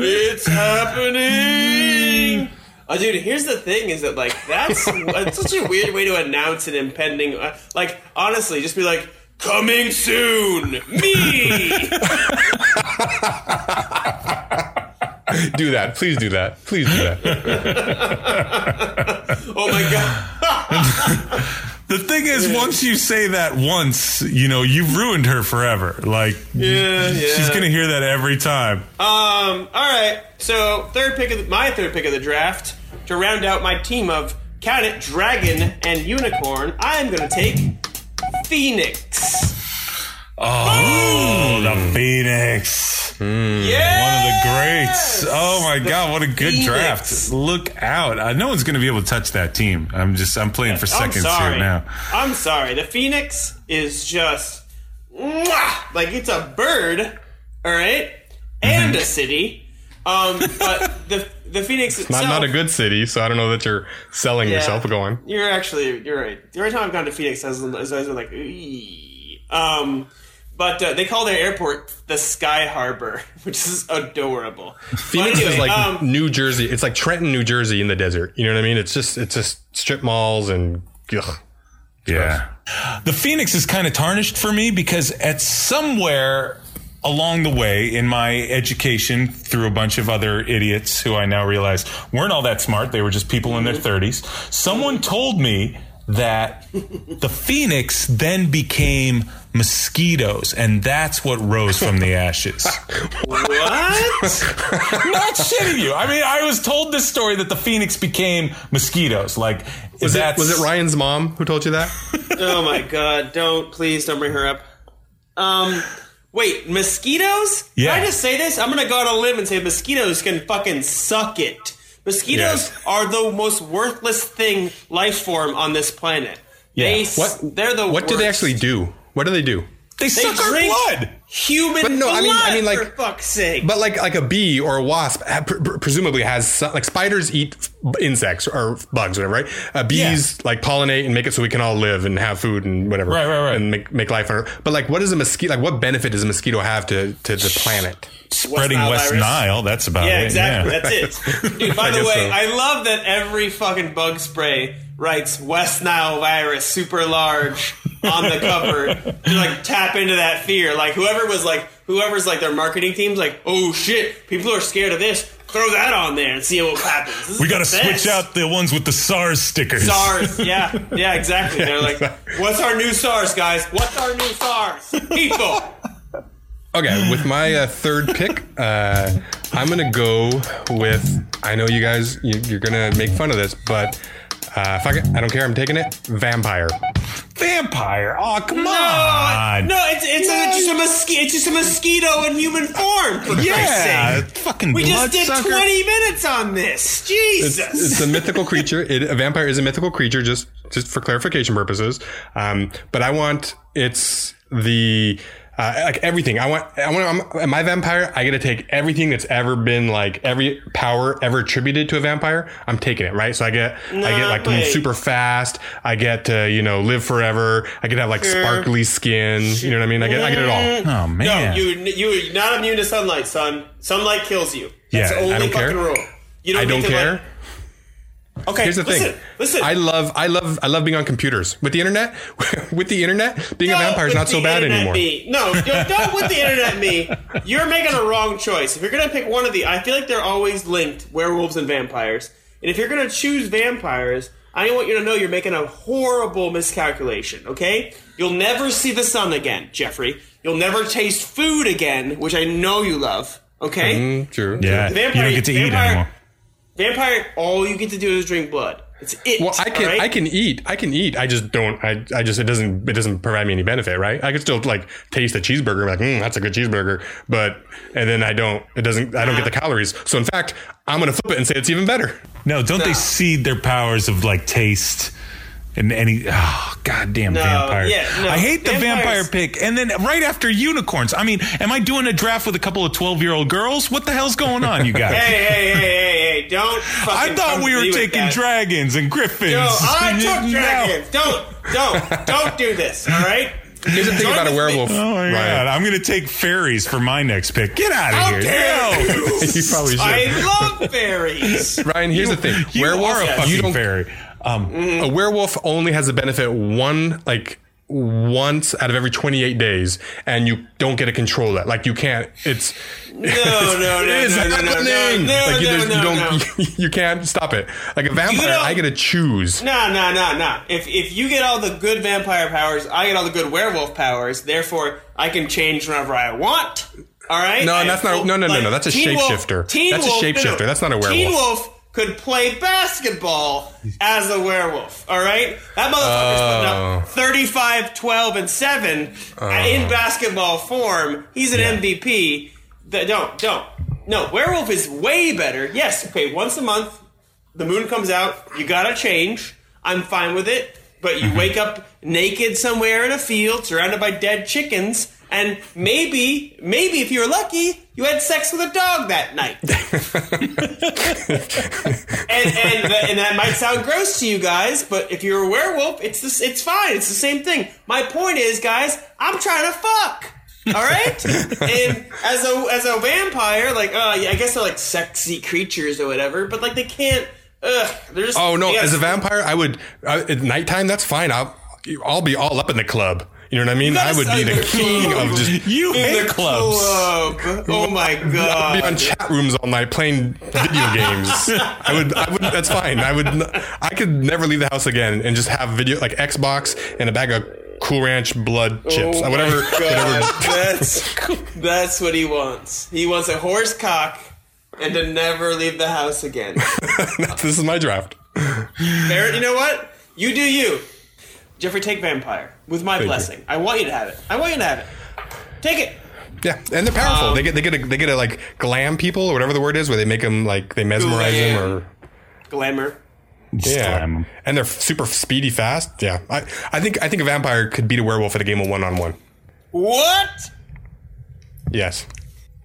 Speaker 1: It's happening. Oh, dude, here's the thing: is that like (laughs) that's, that's such a weird way to announce an impending. Uh, like, honestly, just be like, "Coming soon, (laughs) me."
Speaker 2: do that. Please do that. Please do that.
Speaker 1: oh my god!
Speaker 3: The thing is, once you say that once, you know, you've ruined her forever. Like,
Speaker 1: Yeah,
Speaker 3: she's
Speaker 1: yeah.
Speaker 3: going to hear that every time.
Speaker 1: Um. All right. So, third pick of the, my third pick of the draft to round out my team of count it dragon and unicorn. I am going to take Phoenix.
Speaker 3: Oh, the Phoenix. One of the
Speaker 1: Yes!
Speaker 3: greats. Oh my God, what a good
Speaker 1: Phoenix.
Speaker 3: draft. Look out. Uh, no one's going to be able to touch that team. I'm just, I'm playing for seconds here now.
Speaker 1: I'm sorry. The Phoenix is just mwah, like it's a bird, all right, and
Speaker 2: Mm-hmm.
Speaker 1: a city. Um, but the the Phoenix itself.
Speaker 2: I'm not a good city, so I don't know that you're selling yourself. But go on.
Speaker 1: You're actually you're right. The only time I've gone to Phoenix has has always been like, "Ee." um, but uh, they call their airport the Sky Harbor, (laughs) which is adorable. But
Speaker 2: Phoenix is
Speaker 1: anyway,
Speaker 2: like
Speaker 1: um,
Speaker 2: (laughs) New Jersey. It's like Trenton, New Jersey, in the desert. You know what I mean? It's just it's just strip malls and ugh.
Speaker 3: Yeah. The Phoenix is kind of tarnished for me because at somewhere along the way in my education through a bunch of other idiots who I now realize weren't all that smart, they were just people in their 30s, someone told me that the Phoenix then became mosquitoes and that's what rose from (laughs) the ashes.
Speaker 1: what?
Speaker 3: Not shitting you. I mean, I was told this story that the Phoenix became mosquitoes. Like
Speaker 2: Was it,
Speaker 3: that's-
Speaker 2: was it Ryan's mom who told
Speaker 1: (laughs)
Speaker 2: you that?
Speaker 1: oh my god! Don't please don't bring her up. Um, wait, mosquitoes?
Speaker 3: Yeah.
Speaker 1: Can I just say this? I'm gonna go out on a limb and say mosquitoes can fucking suck it. Mosquitoes
Speaker 3: Yes.
Speaker 1: are the most worthless thing life form on this planet. They,
Speaker 3: Yeah.
Speaker 1: s-
Speaker 2: What?
Speaker 1: They're the
Speaker 2: What do they
Speaker 1: worst.
Speaker 2: actually do? What do they do?
Speaker 3: They,
Speaker 1: They
Speaker 3: suck
Speaker 1: drink
Speaker 3: our blood.
Speaker 1: Human
Speaker 2: But no,
Speaker 1: blood.
Speaker 2: I mean- I mean, like-
Speaker 1: for fuck's sake.
Speaker 2: But like like a bee or a wasp ha- pre- pre- presumably has some, like spiders eat f- insects or bugs whatever right uh, bees like pollinate and make it so we can all live and have food and whatever
Speaker 3: Right, right, right.
Speaker 2: and make, make life on Earth. but like what does a mosquito like what benefit does a mosquito have to to the planet
Speaker 3: spreading
Speaker 1: Nile
Speaker 3: West
Speaker 1: virus.
Speaker 3: Nile. That's about
Speaker 1: yeah,
Speaker 3: it.
Speaker 1: exactly.
Speaker 3: Yeah.
Speaker 1: That's it. Dude, by
Speaker 2: I
Speaker 1: the
Speaker 2: guess
Speaker 1: way,
Speaker 2: so.
Speaker 1: I love that every fucking bug spray writes West Nile virus super large on the cover to like tap into that fear. Like whoever was like whoever's like their marketing team's like, oh shit, people are scared of this. Throw that on there and see what happens. This
Speaker 3: We
Speaker 1: is
Speaker 3: got to
Speaker 1: the best.
Speaker 3: switch out the ones with the SARS stickers.
Speaker 1: SARS. Yeah, yeah, exactly. They're like,
Speaker 2: exactly.
Speaker 1: what's our new SARS, guys? What's our new SARS? People.
Speaker 2: okay with my uh, third pick uh, I'm gonna go with I know you guys you, you're gonna make fun of this but uh, fuck it I don't care I'm taking it vampire
Speaker 3: (laughs) Vampire. Oh, come
Speaker 1: No,
Speaker 3: on.
Speaker 1: no, it's it's a, just a mosquito. It's just a mosquito in human form. For
Speaker 3: Yeah.
Speaker 1: Christ's sake.
Speaker 3: Fucking
Speaker 1: we just did
Speaker 3: bloodsucker.
Speaker 1: twenty minutes on this. Jesus.
Speaker 2: It's, it's a mythical creature. It, a vampire is a mythical creature, just just for clarification purposes. Um, but I want it's the Uh, like everything. I want. I want. I'm, my vampire. I got to take everything that's ever been like every power ever attributed to a vampire. I'm taking it right. So I get. I get
Speaker 1: Nah,
Speaker 2: like to move
Speaker 1: wait.
Speaker 2: super fast. I get to you know live forever. I get to have like sparkly skin. You know what I mean? I get. I get it all.
Speaker 1: Mm-hmm.
Speaker 3: Oh man.
Speaker 1: No, you you're not immune to sunlight, son. Sunlight kills you. That's
Speaker 2: Yeah,
Speaker 1: the only
Speaker 2: I don't
Speaker 1: fucking
Speaker 2: care.
Speaker 1: rule. You don't
Speaker 2: I don't
Speaker 1: get to,
Speaker 2: care.
Speaker 1: like- okay,
Speaker 2: Here's the
Speaker 1: listen,
Speaker 2: thing.
Speaker 1: Listen,
Speaker 2: I love. I love. I love being on computers with the internet. (laughs) with the internet, being a
Speaker 1: Don't
Speaker 2: vampire is
Speaker 1: with
Speaker 2: not so
Speaker 1: the
Speaker 2: bad
Speaker 1: internet
Speaker 2: anymore.
Speaker 1: Me. No, don't, don't with the internet me. You're making a wrong choice. If you're gonna pick one of the, I feel like they're always linked: werewolves and vampires. And if you're gonna choose vampires, I want you to know you're making a horrible miscalculation. Okay, you'll never see the sun again, Jeffrey. You'll never taste food again, which I know you love. Okay,
Speaker 2: Mm, true.
Speaker 1: Vampire-
Speaker 3: yeah. Mm-hmm. you don't get to eat
Speaker 1: vampire-
Speaker 3: anymore.
Speaker 1: vampire, all you get to do is drink blood. It's it.
Speaker 2: Well, I can
Speaker 1: all right?
Speaker 2: I can eat I can eat I just don't I, I just it doesn't it doesn't provide me any benefit right I could still like taste a cheeseburger like mm, that's a good cheeseburger but and then I don't it doesn't I don't get the
Speaker 1: Ah.
Speaker 2: calories so in fact I'm gonna flip it and say it's even better
Speaker 3: No, don't they cede their powers of like taste and any oh goddamn vampire.
Speaker 1: yeah, no.
Speaker 3: I hate the vampire
Speaker 1: Vampires-
Speaker 3: pick. And then right after unicorns. I mean, am I doing a draft with a couple of twelve year old girls? What the hell's going on, you guys?
Speaker 1: (laughs) Hey, hey, hey, hey, hey! Don't.
Speaker 3: (laughs) I
Speaker 1: fucking
Speaker 3: thought
Speaker 1: come
Speaker 3: we
Speaker 1: to me
Speaker 3: were
Speaker 1: with
Speaker 3: taking
Speaker 1: that.
Speaker 3: dragons and griffins. (laughs)
Speaker 1: No, I
Speaker 3: No.
Speaker 1: took dragons. Don't, don't, don't do this. All right.
Speaker 2: here's the thing
Speaker 1: Join
Speaker 2: about a
Speaker 1: with me.
Speaker 2: werewolf
Speaker 3: Oh my god!
Speaker 2: Ryan
Speaker 3: I'm gonna take fairies for my next pick. Get out of
Speaker 1: How
Speaker 3: here! (laughs)
Speaker 1: dare
Speaker 3: No.
Speaker 1: you?
Speaker 2: you probably should
Speaker 1: I love
Speaker 2: (laughs)
Speaker 1: fairies.
Speaker 2: Ryan here's the thing
Speaker 3: You
Speaker 2: werewolf
Speaker 3: are a fucking
Speaker 2: you don't
Speaker 3: fairy. Um,
Speaker 2: a werewolf only has the benefit one like once out of every 28 days and you don't get to control that like you can't it's
Speaker 1: No, no, no,
Speaker 2: it's
Speaker 1: no, no, no, no,
Speaker 2: happening
Speaker 1: no,
Speaker 2: like you
Speaker 1: no,
Speaker 2: just
Speaker 1: no,
Speaker 2: you (laughs)
Speaker 1: no.
Speaker 2: don't you can't stop it like a vampire
Speaker 1: don't-
Speaker 2: i get to choose
Speaker 1: No, no, no, no. If if you get all the good vampire powers, I get all the good werewolf powers. Therefore, I can change whenever I want. All right.
Speaker 2: No,
Speaker 1: I
Speaker 2: that's not-
Speaker 1: full-
Speaker 2: no, no, no, no, that's a
Speaker 1: Teen Wolf-
Speaker 2: shapeshifter.
Speaker 1: Teen
Speaker 2: That's a
Speaker 1: Wolf- no, no.
Speaker 2: shapeshifter. That's not a
Speaker 1: Teen
Speaker 2: werewolf.
Speaker 1: Wolf could play basketball as a werewolf. All right. That motherfucker's
Speaker 2: Oh.
Speaker 1: putting up 35, 12, and seven in basketball form. He's an MVP. Th- don't, don't. No, werewolf is way better. Yes. Okay. Once a month, the moon comes out, you gotta change. I'm fine with it. But you wake up naked somewhere in a field, surrounded by dead chickens, and maybe, maybe if you were lucky, you had sex with a dog that night. and, and, and that might sound gross to you guys, but if you're a werewolf, it's this, it's fine. It's the same thing. My point is, guys, I'm trying to fuck. All right, and as a as a vampire, like uh, yeah, I guess they're like sexy creatures or whatever, but like they can't. Ugh, they're just.
Speaker 2: Oh no!
Speaker 1: yeah.
Speaker 2: As a vampire, I would I, at nighttime. That's fine. I'll I'll be all up in the club. You know what I mean? I
Speaker 1: gotta
Speaker 2: would be
Speaker 1: say
Speaker 2: the
Speaker 1: the
Speaker 2: king
Speaker 1: club.
Speaker 2: of just.
Speaker 3: (laughs) (laughs) you hate
Speaker 1: the
Speaker 3: clubs.
Speaker 1: club. Oh
Speaker 2: (laughs)
Speaker 1: my
Speaker 2: I'd be on
Speaker 1: god.
Speaker 2: chat rooms all night playing (laughs) video games. I would. I would. That's fine. I would. n- I could never leave the house again and just have video like Xbox and a bag of Cool Ranch blood chips.
Speaker 1: Oh
Speaker 2: whatever.
Speaker 1: my
Speaker 2: Whatever.
Speaker 1: God, That's that's what he wants. He wants a horse cock and to never leave the house again.
Speaker 2: (laughs) this is my draft.
Speaker 1: Barrett, you know what? You do you. Jeffrey, take vampire with my blessing. I want you to have it. I want you to have it. Take it.
Speaker 2: Yeah, and they're powerful. they get. They get. A, they get a like glam people or whatever the word is, where they make them like they mesmerize them
Speaker 1: Glam.
Speaker 2: or.
Speaker 1: Glamour.
Speaker 3: Just slam 'em.
Speaker 2: and they're super speedy, fast. Yeah, I, I think I think a vampire could beat a werewolf at a game of one on one.
Speaker 1: What?
Speaker 2: Yes,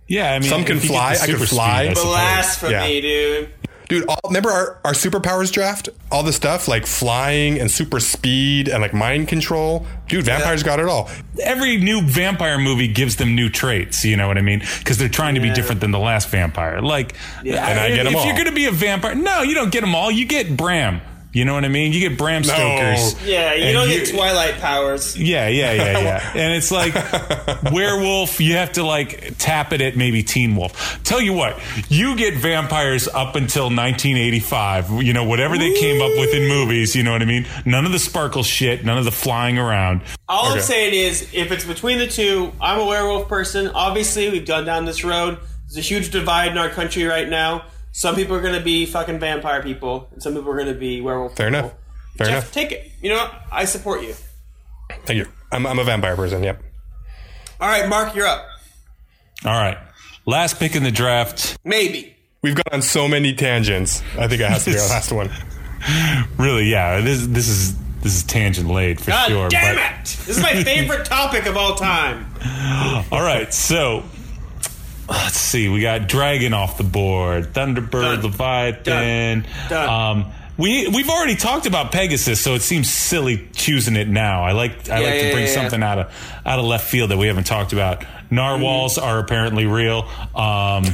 Speaker 3: Yeah, I mean,
Speaker 2: Some can
Speaker 3: if you get
Speaker 2: fly,
Speaker 3: the
Speaker 2: I can
Speaker 3: super
Speaker 2: fly.
Speaker 3: speed, I suppose.
Speaker 1: Blasphemy,
Speaker 2: Yeah.
Speaker 1: dude.
Speaker 2: dude. All, remember our, our superpowers draft? All the stuff like flying and super speed and like mind control. Dude, vampires got it all.
Speaker 3: Every new vampire movie gives them new traits. You know what I mean? Because they're trying to be
Speaker 1: Yeah.
Speaker 3: different than the last vampire. Like,
Speaker 1: And
Speaker 2: I
Speaker 3: if-
Speaker 2: get 'em
Speaker 3: if
Speaker 2: all.
Speaker 3: you're going to be a vampire, no, you don't get them all. You get Bram. You know what I mean? You get Bram Stoker's.
Speaker 1: Yeah, you
Speaker 3: And
Speaker 1: don't
Speaker 3: you-
Speaker 1: get Twilight powers.
Speaker 3: Yeah, yeah,
Speaker 1: (laughs)
Speaker 3: yeah, yeah. and it's like werewolf, you have to like tap it at maybe Teen Wolf. Tell you what, you get vampires up until 1985, you know, whatever they came up with in movies, you know what I mean? None of the sparkle shit, none of the flying around.
Speaker 1: All I'm
Speaker 2: Okay.
Speaker 1: saying is, if it's between the two, I'm a werewolf person. Obviously, we've gone down this road. There's a huge divide in our country right now. Some people are going to be fucking vampire people, and some people are going to be werewolf
Speaker 2: Fair
Speaker 1: people.
Speaker 2: enough. Fair
Speaker 1: Jeff,
Speaker 2: enough.
Speaker 1: take it. You know what? I support you.
Speaker 2: Thank you. I'm, I'm a vampire person. Yep.
Speaker 1: All right, Mark, you're up.
Speaker 3: All right. Last pick in the draft.
Speaker 1: Maybe.
Speaker 2: We've gone on so many tangents. I think it has (laughs) to be our last one.
Speaker 3: Really, yeah. This this is this is tangent laid for
Speaker 1: God
Speaker 3: sure.
Speaker 1: Uh, damn
Speaker 3: but- (laughs)
Speaker 1: it! This is my favorite topic of all time.
Speaker 3: All right, so let's see. We got Dragon off the board,
Speaker 1: Done.
Speaker 3: Thunderbird, Leviathan.
Speaker 1: Done. Done.
Speaker 3: Um, we we've already talked about Pegasus, so it seems silly choosing it now. I like I
Speaker 4: Yeah,
Speaker 3: like
Speaker 4: yeah,
Speaker 3: to bring
Speaker 4: yeah, yeah.
Speaker 3: something out of out of left field that we haven't talked about. Narwhals are apparently real. Um, no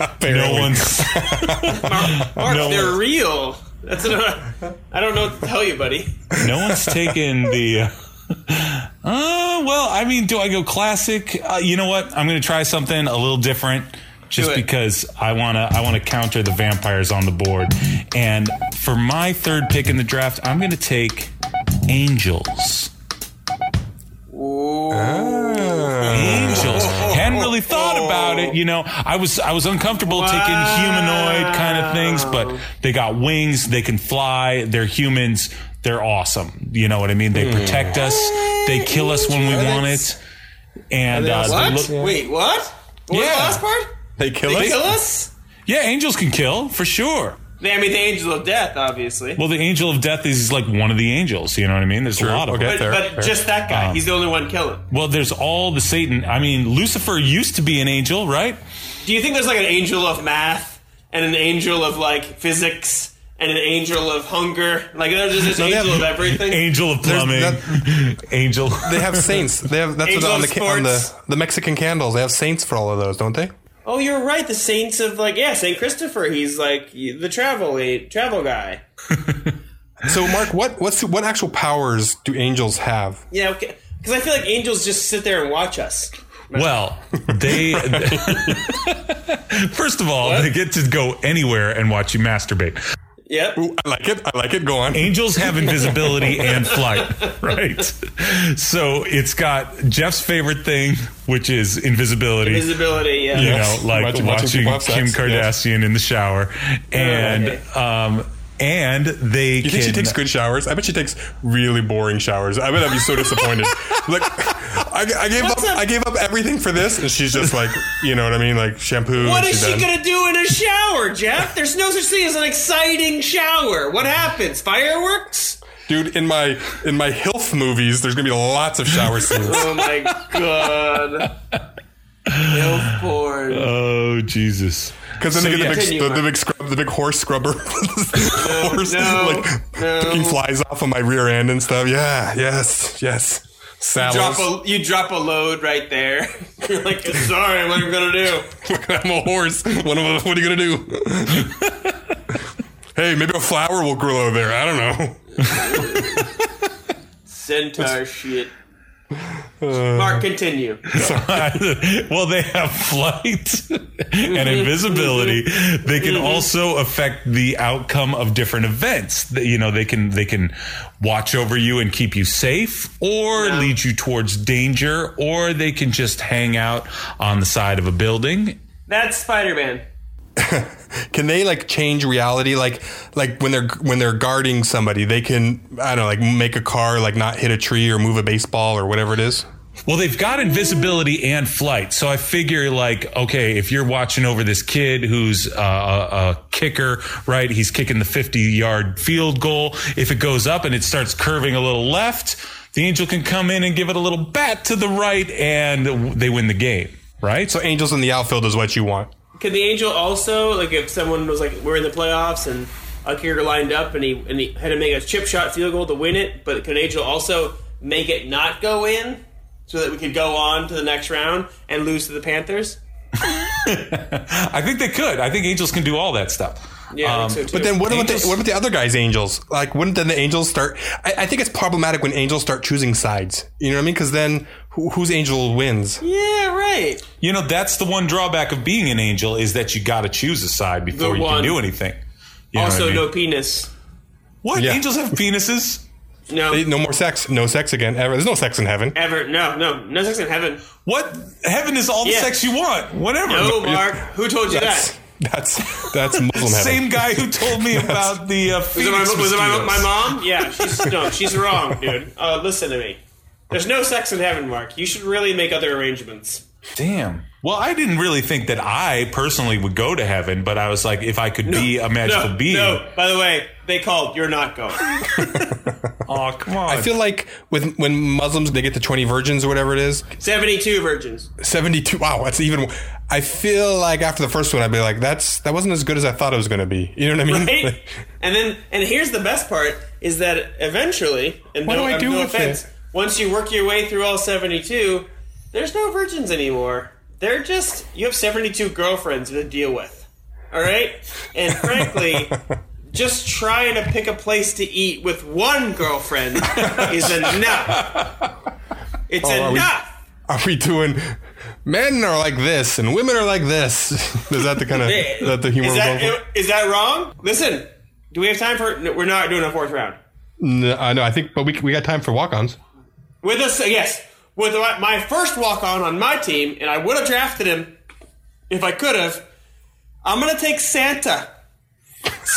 Speaker 2: Apparently.
Speaker 3: one's
Speaker 1: Mark,
Speaker 3: No
Speaker 1: they're
Speaker 3: one-
Speaker 1: real. That's not, I don't know what to tell you, buddy.
Speaker 3: no one's taken the. Uh, uh, well, I mean, do I go classic? Uh, you know what? I'm going to try something a little different, just
Speaker 4: it.
Speaker 3: because I want to. I want to counter the vampires on the board, and for my third pick in the draft, I'm going to take angels.
Speaker 4: Ooh.
Speaker 3: Angels. Hadn't really thought about it. You know, I was I was uncomfortable taking humanoid kind of things, but they got wings. They can fly. They're humans. They're awesome. You know what I mean? They
Speaker 2: Hmm.
Speaker 3: protect us. They kill us when we
Speaker 4: Are they-
Speaker 3: want it. And uh, they
Speaker 4: What?
Speaker 3: look-
Speaker 4: Wait, what? What was
Speaker 3: Yeah.
Speaker 4: the last part?
Speaker 2: (laughs) They kill
Speaker 4: They
Speaker 2: us.
Speaker 4: kill us?
Speaker 3: yeah, angels can kill for sure.
Speaker 1: They, I mean, the angel of death, obviously.
Speaker 3: Well, the angel of death is like one of the angels. You know what I mean? There's a lot of
Speaker 2: Okay.
Speaker 3: them.
Speaker 1: but
Speaker 2: fair,
Speaker 1: but
Speaker 2: fair.
Speaker 1: just that
Speaker 3: Um,
Speaker 1: guy. He's the only one killing.
Speaker 3: Well, there's all the Satan. I mean, Lucifer used to be an angel, right?
Speaker 1: Do you think there's like an angel of math and an angel of like physics and an angel of hunger? Like there's just this
Speaker 2: they
Speaker 1: angel of
Speaker 2: have-
Speaker 1: everything.
Speaker 3: Angel of plumbing, (laughs) angel.
Speaker 2: They have saints. They have that's what
Speaker 1: Angel
Speaker 2: on the
Speaker 1: of
Speaker 2: ca- on
Speaker 1: sports.
Speaker 2: the the Mexican candles. They have saints for all of those, don't they?
Speaker 1: oh, you're right. The saints of like yeah, Saint Christopher. He's like the travel travel guy.
Speaker 2: So, Mark, what what's what actual powers do angels have?
Speaker 1: Yeah, okay. Because I feel like angels just sit there and watch us.
Speaker 3: Well, they (laughs) first of all they get to go anywhere and watch you masturbate.
Speaker 1: Yep.
Speaker 2: Ooh, I like it. I like it. Go on.
Speaker 3: Angels have invisibility
Speaker 2: (laughs)
Speaker 3: and flight, right? So it's got Jeff's favorite thing, which is invisibility.
Speaker 1: Visibility. Yeah.
Speaker 3: you
Speaker 2: Yes.
Speaker 3: know, like
Speaker 2: Watching- watching
Speaker 3: watching,
Speaker 2: people have
Speaker 3: Kim
Speaker 2: sex, yes. Oh,
Speaker 3: Kardashian in the shower, and
Speaker 1: okay.
Speaker 3: um, and they
Speaker 2: You
Speaker 3: can.
Speaker 2: think she takes good showers? I bet she takes really boring showers. I bet I'd be so disappointed. like, I, I gave up.
Speaker 1: What's up?
Speaker 2: I gave up everything for this, and she's just like, you know what I mean, like shampoo.
Speaker 1: What
Speaker 2: and
Speaker 1: is
Speaker 2: she's
Speaker 1: she
Speaker 2: done.
Speaker 1: gonna do in a shower, Jeff? There's no such thing as an exciting shower. What happens? Fireworks?
Speaker 2: dude? In my in my Hilf movies, there's gonna be lots of
Speaker 1: (laughs)
Speaker 2: shower scenes.
Speaker 1: Oh my god. Elf porn.
Speaker 3: oh Jesus!
Speaker 2: Because then they
Speaker 3: So,
Speaker 2: get the,
Speaker 1: Continue,
Speaker 2: big, the, the
Speaker 1: Mark.
Speaker 2: big scrub, the big horse scrubber, (laughs) horse,
Speaker 1: no,
Speaker 2: like
Speaker 1: no.
Speaker 2: picking flies off of my rear end and stuff. Yeah, yes, yes.
Speaker 1: drop
Speaker 2: Sallows.
Speaker 1: a you drop a load right there. (laughs) You're like, sorry, what am I gonna do?
Speaker 2: I'm a horse. What, am I- what are you gonna do? (laughs) hey, maybe a flower will grow there. I don't
Speaker 1: Centaur shit.
Speaker 2: Uh,
Speaker 1: Mark, continue.
Speaker 3: (laughs) well, they have flight and invisibility. They can also affect the outcome of different events. They- You know, they can they can watch over you and keep you safe, or lead you towards danger, or they can just hang out on the side of a building.
Speaker 1: That's Spider Man.
Speaker 2: know. Can they like change reality? Like, like when they're when they're guarding somebody, they can I don't know, like make a car like not hit a tree or move a baseball or whatever it is.
Speaker 3: Well, they've got invisibility and flight, so I figure like, okay, if you're watching over this kid who's uh, a, a kicker, right? He's kicking the 50 yard field goal. If it goes up and it starts curving a little left, the angel can come in and give it a little bat to the right, and w- they win the game, right?
Speaker 2: So angels in the outfield is what you want.
Speaker 1: Could the angel also like if someone was like we're in the playoffs and a kicker lined up and he and he had to make a chip shot field goal to win it, but could an angel also make it not go in so that we could go on to the next round and lose to the Panthers?
Speaker 3: I think they could. I think angels can do all that stuff.
Speaker 1: Yeah, I
Speaker 3: Um,
Speaker 1: think so too.
Speaker 2: But then what about the,
Speaker 3: Angels-
Speaker 2: what about the other guys' angels? Like, wouldn't then the angels start? I, I think it's problematic when angels start choosing sides. You know what I mean? Because then who, whose angel wins?
Speaker 1: yeah, right.
Speaker 3: You know, that's the one drawback of being an angel is that you got to choose a side before you
Speaker 1: one.
Speaker 3: can do anything. You know what
Speaker 1: also,
Speaker 3: I mean?
Speaker 1: no penis.
Speaker 3: What
Speaker 2: Yeah.
Speaker 3: angels have penises?
Speaker 1: No,
Speaker 2: Hey, No more sex. No sex again. Ever. There's no sex in heaven.
Speaker 1: ever. No, no, no sex in heaven.
Speaker 3: What heaven is all the
Speaker 1: Yeah.
Speaker 3: sex you want? Whatever.
Speaker 1: No, Mark. Who told you
Speaker 2: That's
Speaker 1: that?
Speaker 2: that's that's Muslim heaven.
Speaker 3: Same guy who told
Speaker 1: (laughs)
Speaker 3: me about the uh,
Speaker 1: Was it, my,
Speaker 3: Phoenix
Speaker 1: was it my,
Speaker 3: mosquitoes.
Speaker 1: my mom? Yeah, she's no, she's wrong, dude. Uh, listen to me. There's no sex in heaven, Mark. You should really make other arrangements.
Speaker 3: Damn. Well, I didn't really think that I personally would go to heaven, but I was like, if I could be a magical
Speaker 1: no,
Speaker 3: being,
Speaker 2: (laughs)
Speaker 1: No, by the way, they called. You're not going.
Speaker 3: Oh, come on. (laughs)
Speaker 2: I feel like with when Muslims they get to 20 virgins or whatever it is,
Speaker 1: 72 virgins.
Speaker 2: 72. Wow, that's even. I feel like after the first one, I'd be like, that's that wasn't as good as I thought it was going to be. You know what I mean?
Speaker 1: Right? and then, and here's the best part is that eventually, and
Speaker 2: What
Speaker 1: no,
Speaker 2: do I
Speaker 1: uh,
Speaker 2: do
Speaker 1: no
Speaker 2: with
Speaker 1: offense,
Speaker 2: it?
Speaker 1: once you work your way through all 72, there's no virgins anymore. They're just, you have 72 girlfriends to deal with. All right? And
Speaker 2: (laughs)
Speaker 1: frankly, just trying to pick a place to eat with one girlfriend
Speaker 2: (laughs)
Speaker 1: is enough. It's
Speaker 2: Oh, are we-
Speaker 1: enough.
Speaker 2: Are we doing? Men are like this, and women are like this. (laughs) Is that the kind of is that the humor?
Speaker 1: Is
Speaker 2: we're going for?
Speaker 1: that, is that wrong? Listen, do we have time for? No, we're not doing a fourth round.
Speaker 2: No, I know. I think, but we we got time for walk-ons.
Speaker 1: With us, yes, with my- my first walk on on my team, and I would have drafted him if I could have. I'm gonna take Santa,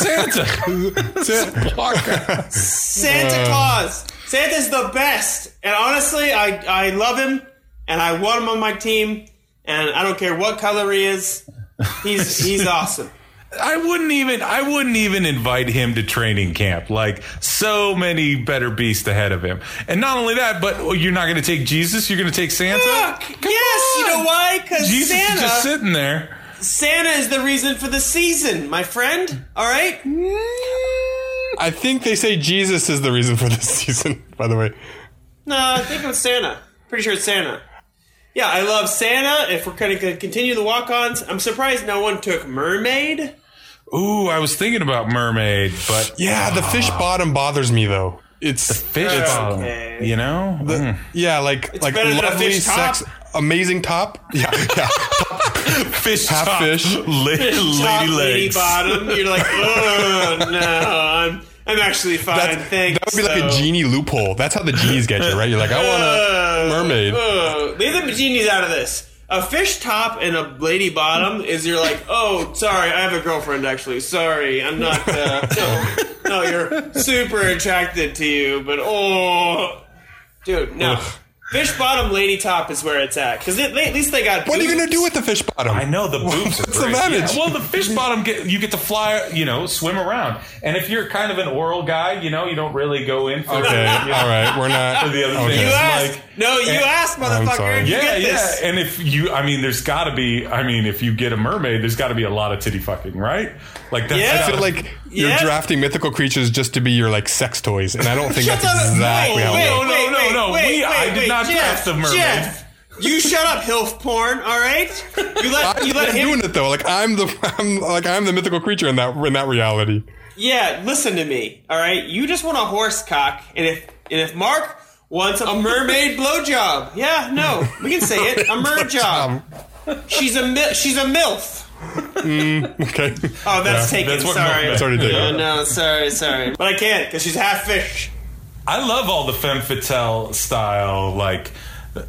Speaker 2: Uh.
Speaker 1: Santa Claus. Santa's the best, and honestly, I I love him, and I want him on my team, and I don't care what color he is. He's
Speaker 2: (laughs)
Speaker 1: he's awesome.
Speaker 3: I wouldn't even I wouldn't even invite him to training camp. Like so many better beasts ahead of him. And not only that, but oh, you're not going to take Jesus. You're going to take Santa.
Speaker 1: Fuck, yes, you know why? Because
Speaker 3: Jesus
Speaker 1: Santa
Speaker 3: is just sitting there.
Speaker 1: Santa is the reason for the season, my friend. All right?
Speaker 2: I think they say Jesus is the reason for this (laughs) season. By the way,
Speaker 1: No, I think it was Santa. Pretty sure it's Santa. Yeah, I love Santa. If we're going to continue the walk-ons, I'm surprised no one took Mermaid.
Speaker 3: Ooh, I was thinking about mermaid, but
Speaker 2: yeah, the fish
Speaker 1: Ah.
Speaker 2: bottom bothers me though. It's
Speaker 3: fish bottom.
Speaker 1: okay.
Speaker 3: You know, Mm.
Speaker 2: yeah, like like
Speaker 1: better than a
Speaker 2: lovely
Speaker 1: fish top.
Speaker 2: sex, amazing top. Yeah, (laughs) yeah.
Speaker 3: fish
Speaker 2: Half
Speaker 1: (laughs)
Speaker 3: top,
Speaker 2: fish.
Speaker 3: la-
Speaker 1: Top
Speaker 3: lady
Speaker 1: lady
Speaker 3: legs.
Speaker 1: bottom. You're like, oh no, I'm I'm actually fine.
Speaker 2: That's-
Speaker 1: thanks.
Speaker 2: (laughs) that would be like a
Speaker 1: so-
Speaker 2: genie loophole. That's how the genies get you, right? You're like, I
Speaker 1: (laughs)
Speaker 2: want a mermaid.
Speaker 1: Oh, leave the genies out of this. A fish top and a lady bottom is you're like, oh, sorry, I have a girlfriend actually. Sorry, I'm not. Uh, no, no, you're super attracted to you, but oh, dude, no. Fish bottom, lady top is where it's at because at least they got.
Speaker 2: What are you gonna do with the fish bottom?
Speaker 3: I know the boobs.
Speaker 2: What's the
Speaker 3: are great.
Speaker 2: advantage?
Speaker 3: Yeah, well, the fish bottom get you get to fly, you know, swim around. And if you're kind of an oral guy, you know, you don't really go in for
Speaker 2: Okay, all
Speaker 3: (laughs) you know,
Speaker 2: right,
Speaker 1: (laughs)
Speaker 2: we're not.
Speaker 3: the other
Speaker 2: okay.
Speaker 1: You
Speaker 3: thing.
Speaker 1: asked.
Speaker 3: Like-
Speaker 1: no, you asked,
Speaker 2: sorry.
Speaker 1: motherfucker. You
Speaker 3: Eh, Yeah,
Speaker 1: get this.
Speaker 3: yeah. And if you, I mean, there's got to be. I mean, if you get a mermaid, there's got to be a lot of titty fucking, right? Like that's
Speaker 1: Yeah.
Speaker 2: I
Speaker 3: gotta-
Speaker 2: feel like you're
Speaker 1: Yeah.
Speaker 2: drafting mythical creatures just to be your like sex toys, and I don't think that's
Speaker 1: Shut up.
Speaker 2: exactly
Speaker 1: No,
Speaker 2: how
Speaker 1: wait,
Speaker 2: it works.
Speaker 3: No,
Speaker 1: wait,
Speaker 3: no,
Speaker 1: wait,
Speaker 3: no,
Speaker 1: wait,
Speaker 3: we- I
Speaker 1: wait,
Speaker 3: did
Speaker 1: wait,
Speaker 3: not
Speaker 1: Jeff,
Speaker 3: draft the mermaid.
Speaker 1: Jeff, you shut up, hilf porn. All right, you let you
Speaker 2: I'm
Speaker 1: let
Speaker 2: not
Speaker 1: him
Speaker 2: doing it though. Like I'm the (laughs) I'm like I'm the mythical creature in that in that reality.
Speaker 1: Yeah, listen to me. All right, you just want a horse cock, and if and if Mark wants a
Speaker 2: (laughs)
Speaker 1: mermaid blowjob, yeah, no, we can say it, a mer job. She's a mil- she's a milf.
Speaker 2: Okay,
Speaker 1: Oh, that's
Speaker 3: Yeah,
Speaker 1: taken.
Speaker 3: that's what
Speaker 1: sorry,
Speaker 3: mermaid-
Speaker 2: it's already taken.
Speaker 1: Oh, no, sorry, sorry, but I can't because she's half fish.
Speaker 3: I love all the femme fatale style, like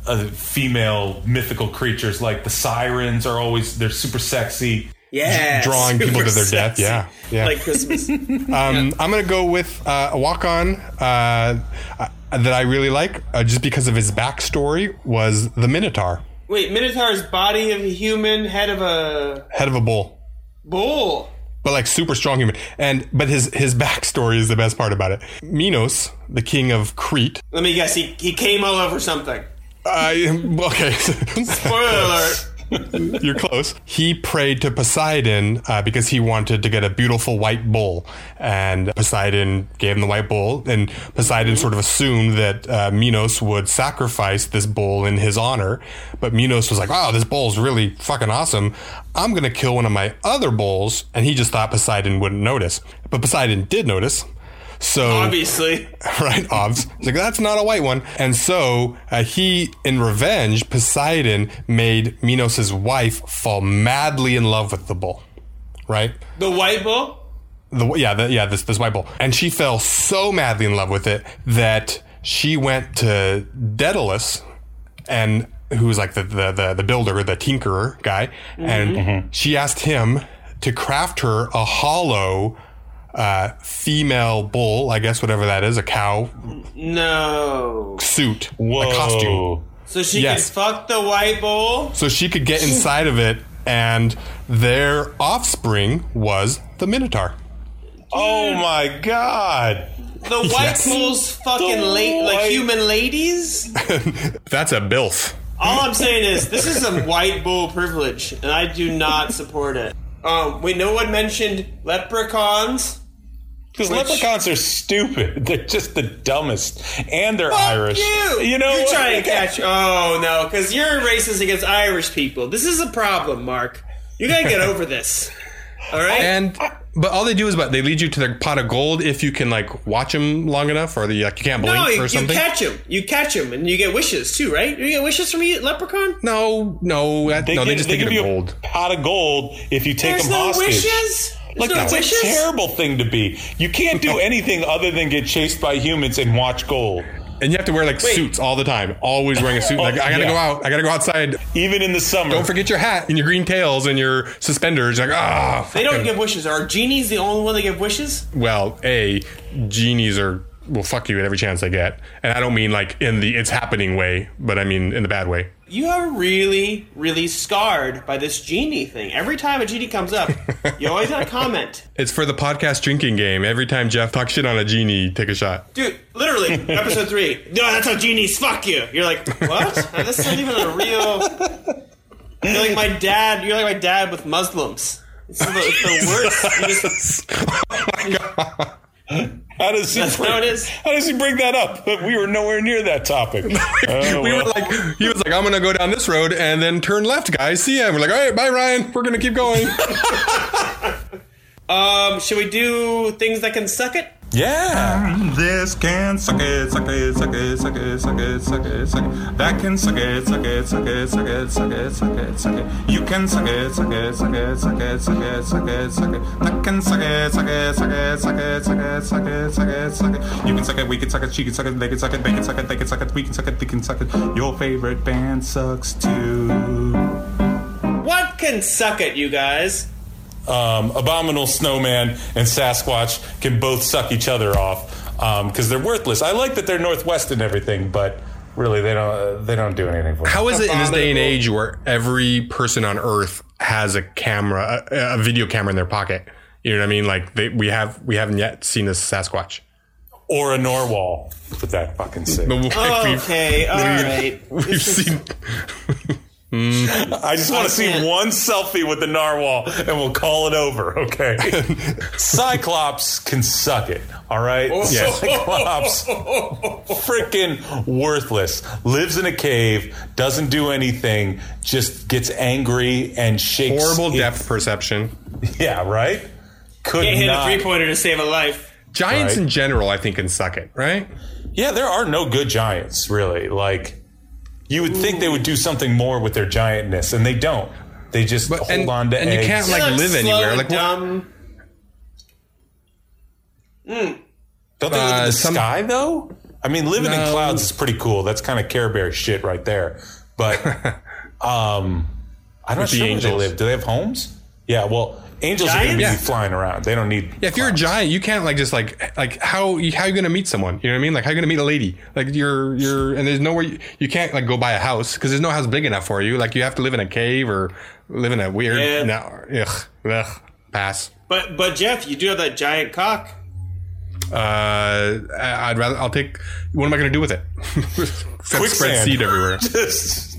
Speaker 3: uh, female mythical creatures. Like the sirens are always they're super sexy.
Speaker 1: Yeah,
Speaker 2: Drawing people to their death. Yeah, yeah.
Speaker 1: like
Speaker 2: (laughs)
Speaker 1: Christmas.
Speaker 2: Um, I'm gonna go with uh, a walk on uh, uh, that I really like, uh, just because of his backstory, was the Minotaur,
Speaker 1: Wait, Minotaur's body of a human, head of a
Speaker 2: head of a bull,
Speaker 1: bull.
Speaker 2: but like super strong human. And but his his (laughs) backstory is the best part about it. Minos, the king of Crete.
Speaker 1: Let me guess, he he came all over something.
Speaker 2: I (laughs) okay. (laughs)
Speaker 1: Spoiler alert.
Speaker 2: You're close. He prayed to Poseidon uh, because he wanted to get a beautiful white bull, and Poseidon gave him the white bull. And Poseidon sort of assumed that uh, Minos would sacrifice this bull in his honor, but Minos was like, "Wow, this bull's really fucking awesome. I'm gonna kill one of my other bulls," and he just thought Poseidon wouldn't notice, but Poseidon did notice. So
Speaker 1: Obviously.
Speaker 2: (laughs) right? Obs. He's like, that's not a white one. And so uh, he, in revenge, Poseidon made Minos' wife fall madly in love with the bull, right?
Speaker 1: The white bull?
Speaker 2: The yeah, the, yeah, this this white bull, and she fell so madly in love with it that she went to Daedalus, and who was like the the the, the builder, the tinkerer guy, and she asked him to craft her a hollow. Uh, female bull, I guess whatever that is, a cow,
Speaker 1: No.
Speaker 2: suit, a costume,
Speaker 1: So she
Speaker 2: Yes.
Speaker 1: can fuck the white bull?
Speaker 2: so she could get inside of it, and their offspring was the Minotaur.
Speaker 3: Oh my god!
Speaker 1: The white
Speaker 5: Yes.
Speaker 1: people's fucking late, like
Speaker 6: white-
Speaker 1: human ladies.
Speaker 2: (laughs) That's a bilf.
Speaker 1: All I'm saying is, this is some white bull privilege, and I do not support it. Um, wait, no one mentioned leprechauns.
Speaker 3: Because leprechauns are stupid. (laughs) They're just the dumbest, and they're
Speaker 1: Fuck
Speaker 3: Irish.
Speaker 1: You, you're
Speaker 3: know, what?
Speaker 1: trying to catch. Oh no, because you're racist against Irish people. This is a problem, Mark. You gotta get over this. All right.
Speaker 2: And but all they do is but they lead you to their pot of gold if you can like watch them long enough or the like you can't blink
Speaker 1: no, you,
Speaker 2: or
Speaker 1: you
Speaker 2: something.
Speaker 1: catch him. You catch him, and you get wishes too, right? You get wishes from you, leprechaun.
Speaker 2: no, no, that,
Speaker 3: They
Speaker 2: no, they
Speaker 3: give-
Speaker 2: just
Speaker 3: they
Speaker 2: take it
Speaker 3: give
Speaker 2: in
Speaker 3: you a
Speaker 2: gold.
Speaker 3: Pot of gold. If you take
Speaker 1: There's
Speaker 3: them
Speaker 1: no
Speaker 3: hostage.
Speaker 1: wishes. There's
Speaker 3: Like
Speaker 1: no
Speaker 3: that's
Speaker 1: wishes.
Speaker 3: a terrible thing to be. You can't (laughs) do anything other than get chased by humans and watch gold.
Speaker 2: And you have to wear like suits all the time. Always wearing a suit. like I gotta
Speaker 3: yeah.
Speaker 2: go out. I gotta go outside.
Speaker 3: Even in the summer.
Speaker 2: Don't forget your hat and your green tails and your suspenders. Like ah,
Speaker 1: They don't
Speaker 2: fucking-
Speaker 1: give wishes. Are genies the only one that give wishes?
Speaker 2: well, a genies are will fuck you at every chance they get, and I don't mean like in the it's happening way, but I mean in the bad way.
Speaker 1: You are really, really scarred by this genie thing. Every time a genie comes up, you always gotta comment.
Speaker 2: It's for the podcast drinking game. Every time Jeff talks shit on a genie, take a shot.
Speaker 1: Dude, literally, episode three. No, that's how genies fuck you. You're like, what? That's not even a real. You're like my dad. You're like my dad with Muslims. It's the, it's the worst. You just-
Speaker 3: How does he?
Speaker 1: That's
Speaker 3: bring,
Speaker 1: how it is.
Speaker 3: How does he bring that up? We were nowhere near that topic. Oh,
Speaker 2: (laughs) we were
Speaker 3: well.
Speaker 2: like, he was like, I'm gonna go down this road and then turn left, guys. See ya. And we're like, all right, bye, Ryan. We're gonna keep going.
Speaker 1: um, should we do things that can suck it?
Speaker 3: yeah.
Speaker 7: This can suck it, suck it, suck it, suck it, suck it, suck it, suck it. That can suck it, suck it, suck it, suck it, suck it, suck it, suck it. You can suck it, suck it, suck it, suck it, suck it, suck it, suck it. That can suck it, suck it, suck it, suck it, suck it, suck it, suck it, suck it. You can suck it, we can suck it, she can suck it, they can suck it, they can suck it, they can suck it, we can suck it, they can suck it. Your favorite band sucks too.
Speaker 1: What can suck it, you guys?
Speaker 3: Um, Abominable Snowman and Sasquatch can both suck each other off because they're worthless. I like that they're Northwest and everything, but really they don't uh, they don't do anything
Speaker 2: (laughs)
Speaker 3: for.
Speaker 2: How is it in this day and
Speaker 1: Abominable.
Speaker 2: age where every person on Earth has a camera, a, a video camera in their pocket? You know what I mean? Like they, we have, we haven't yet seen a Sasquatch.
Speaker 3: or a Norwal for that fucking sick.
Speaker 2: But we- we've,
Speaker 1: Okay, all right.
Speaker 2: (laughs) we've seen.
Speaker 3: I just want to see
Speaker 1: can't.
Speaker 3: one selfie with the narwhal, and we'll call it
Speaker 2: (laughs)
Speaker 3: over. Okay. Cyclops can suck it. All right.
Speaker 2: Yes.
Speaker 3: (laughs) Cyclops, freaking worthless. Lives in a cave, doesn't do anything, just gets angry and shakes.
Speaker 2: Horrible
Speaker 3: it-
Speaker 2: depth perception.
Speaker 3: Yeah. Right. Could
Speaker 1: Can't hit a
Speaker 3: not.
Speaker 1: three pointer to save a life.
Speaker 2: Giants
Speaker 3: Right.
Speaker 2: in general, I think, can suck it, right? (laughs)
Speaker 3: Yeah, there are no good giants, really. Like, you would think they would do something more with their giantness, and they don't. They just hold
Speaker 2: and-
Speaker 3: on to
Speaker 2: and you
Speaker 3: eggs.
Speaker 2: can't, like,
Speaker 1: They're
Speaker 2: live
Speaker 1: slow
Speaker 2: anywhere.
Speaker 1: and
Speaker 2: Like, what-
Speaker 1: dumb.
Speaker 3: Don't they live in
Speaker 2: Uh,
Speaker 3: the
Speaker 2: some-
Speaker 3: sky though? I mean, living in
Speaker 2: No.
Speaker 3: clouds is pretty cool. That's kind of Care Bear shit right there.
Speaker 2: (laughs)
Speaker 3: But um, I'm not
Speaker 2: the
Speaker 3: sure where they
Speaker 2: angels.
Speaker 3: live. Do they have homes? Yeah. Well, angels are going to be
Speaker 1: Giants?
Speaker 3: flying around. They don't need.
Speaker 2: Yeah, if you're a giant, you can't like just like like how you- how you gonna meet someone? You know what I mean? Like how you gonna meet a lady? Like you're you're and there's nowhere you, you can't like go buy a house because there's no house big enough for you. Like you have to live in a cave or live in a weird
Speaker 1: Yeah.
Speaker 2: no, ugh, ugh, pass.
Speaker 1: But but Jeff, you do have that giant cock.
Speaker 2: Uh, I- I'd rather I'll take. What am I gonna do with it? (laughs) Quick spread
Speaker 3: Quicksand.
Speaker 2: seed (laughs) everywhere.
Speaker 3: (laughs) Just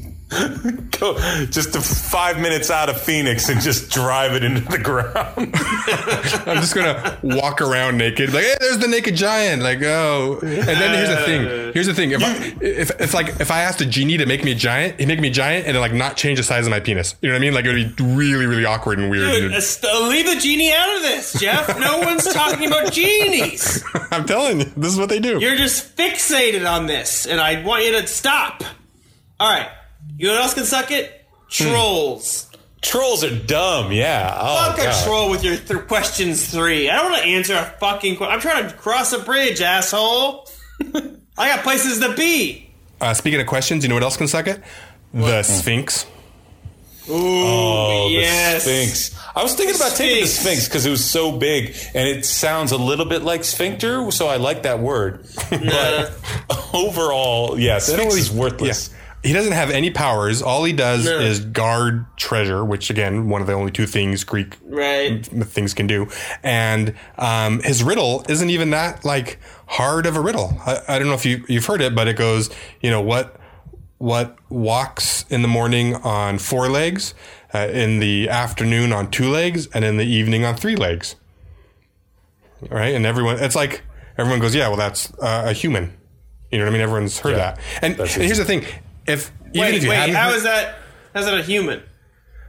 Speaker 3: go just to five minutes out of Phoenix and just drive it into the ground. (laughs)
Speaker 2: I'm just gonna walk around naked, like, hey, there's the naked giant. Like, oh, and then here's the thing. Here's the thing. If I, if, if like if I asked a genie to make me a giant, he'd make me a giant and then like not change the size of my penis. You know what I mean? Like it would be really, really awkward and weird.
Speaker 1: Dude,
Speaker 2: Dude,
Speaker 1: st- leave the genie out of this, Jeff. No one's talking about genies.
Speaker 2: (laughs) I'm telling you, this is what they do.
Speaker 1: You're just fixated on this, and I want you to stop. All right, you know what else can suck it?
Speaker 2: Hmm.
Speaker 1: Trolls.
Speaker 3: Trolls are dumb. Yeah. Oh,
Speaker 1: Fuck a
Speaker 3: God.
Speaker 1: troll with your th- questions three. I don't want to answer a fucking. Qu- I'm trying to cross a bridge, asshole. (laughs) I got places to be.
Speaker 2: Uh, speaking of questions, you know what else can suck it? The Sphinx.
Speaker 3: Oh,
Speaker 1: Yes.
Speaker 3: the Sphinx. I was thinking about taking the Sphinx because it was so big and it sounds a little bit like
Speaker 1: (laughs)
Speaker 3: sphincter, so I like that word. But overall, yeah, Sphinx is worthless.
Speaker 2: Yeah. he doesn't have any powers. All he does is guard treasure, which again, one of the only two things Greek
Speaker 1: Right.
Speaker 2: m- things can do. And um, his riddle isn't even that like hard of a riddle. I, I don't know if you you've heard it, but it goes, you know, what what walks in the morning on four legs, uh, in the afternoon on two legs, and in the evening on three legs. All Right, and everyone, it's like everyone goes, yeah, well, that's uh, a human. You know what I mean? Everyone's heard that. And, and here's the thing: if even
Speaker 8: Wait,
Speaker 2: if you
Speaker 8: wait,
Speaker 2: haven't
Speaker 8: how
Speaker 2: heard-
Speaker 8: is that? How's that a human?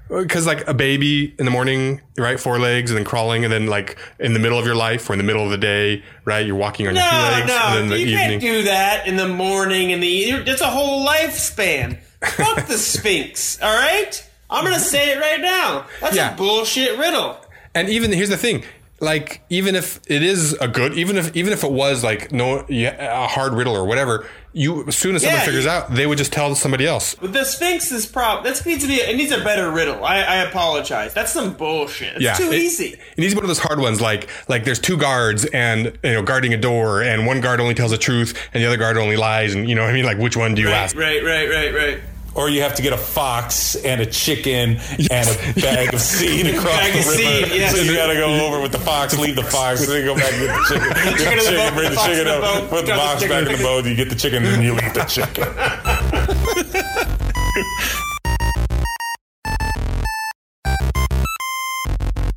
Speaker 2: because like a baby in the morning, right, four legs, and then crawling, and then like in the middle of your life or in the middle of the day, right, you're walking on your two
Speaker 1: No,
Speaker 2: legs,
Speaker 1: no,
Speaker 2: and then the
Speaker 1: you
Speaker 2: evening.
Speaker 1: can't do that in the morning and the evening. It's a whole lifespan. Fuck the Sphinx, (laughs) all right? I'm gonna say it right now. That's
Speaker 2: Yeah.
Speaker 1: a bullshit riddle.
Speaker 2: and even here's the thing, like even if it is a good, even if even if it was like no yeah, a hard riddle or whatever, you as soon as someone
Speaker 1: Yeah,
Speaker 2: figures
Speaker 1: you-
Speaker 2: out, they would just tell somebody else.
Speaker 1: But the Sphinx is prob. That needs to be. It needs a better riddle. I, I apologize. That's some bullshit. It's too
Speaker 2: it-
Speaker 1: easy.
Speaker 2: It needs one of those hard ones, like like there's two guards and you know guarding a door, and one guard only tells the truth, and the other guard only lies, and you know what I mean, like which one do you ask?
Speaker 1: Right, right, right, right.
Speaker 3: Or you have to get a fox and a chicken and a
Speaker 1: (laughs)
Speaker 3: bag of seed across
Speaker 1: Bag
Speaker 3: the
Speaker 1: of
Speaker 3: river.
Speaker 1: seed, yes.
Speaker 3: So you got to go over with the fox, leave the fox, then go back and get the
Speaker 1: (laughs)
Speaker 3: chicken.
Speaker 1: Chicken in the
Speaker 3: Chicken,
Speaker 1: boat,
Speaker 3: bring the
Speaker 1: fox in
Speaker 3: chicken
Speaker 1: the
Speaker 3: up,
Speaker 1: boat,
Speaker 3: put the
Speaker 1: drop the
Speaker 3: fox
Speaker 1: chicken
Speaker 3: back in
Speaker 1: in
Speaker 3: the
Speaker 1: the-
Speaker 3: boat, you get the chicken, and you eat the chicken.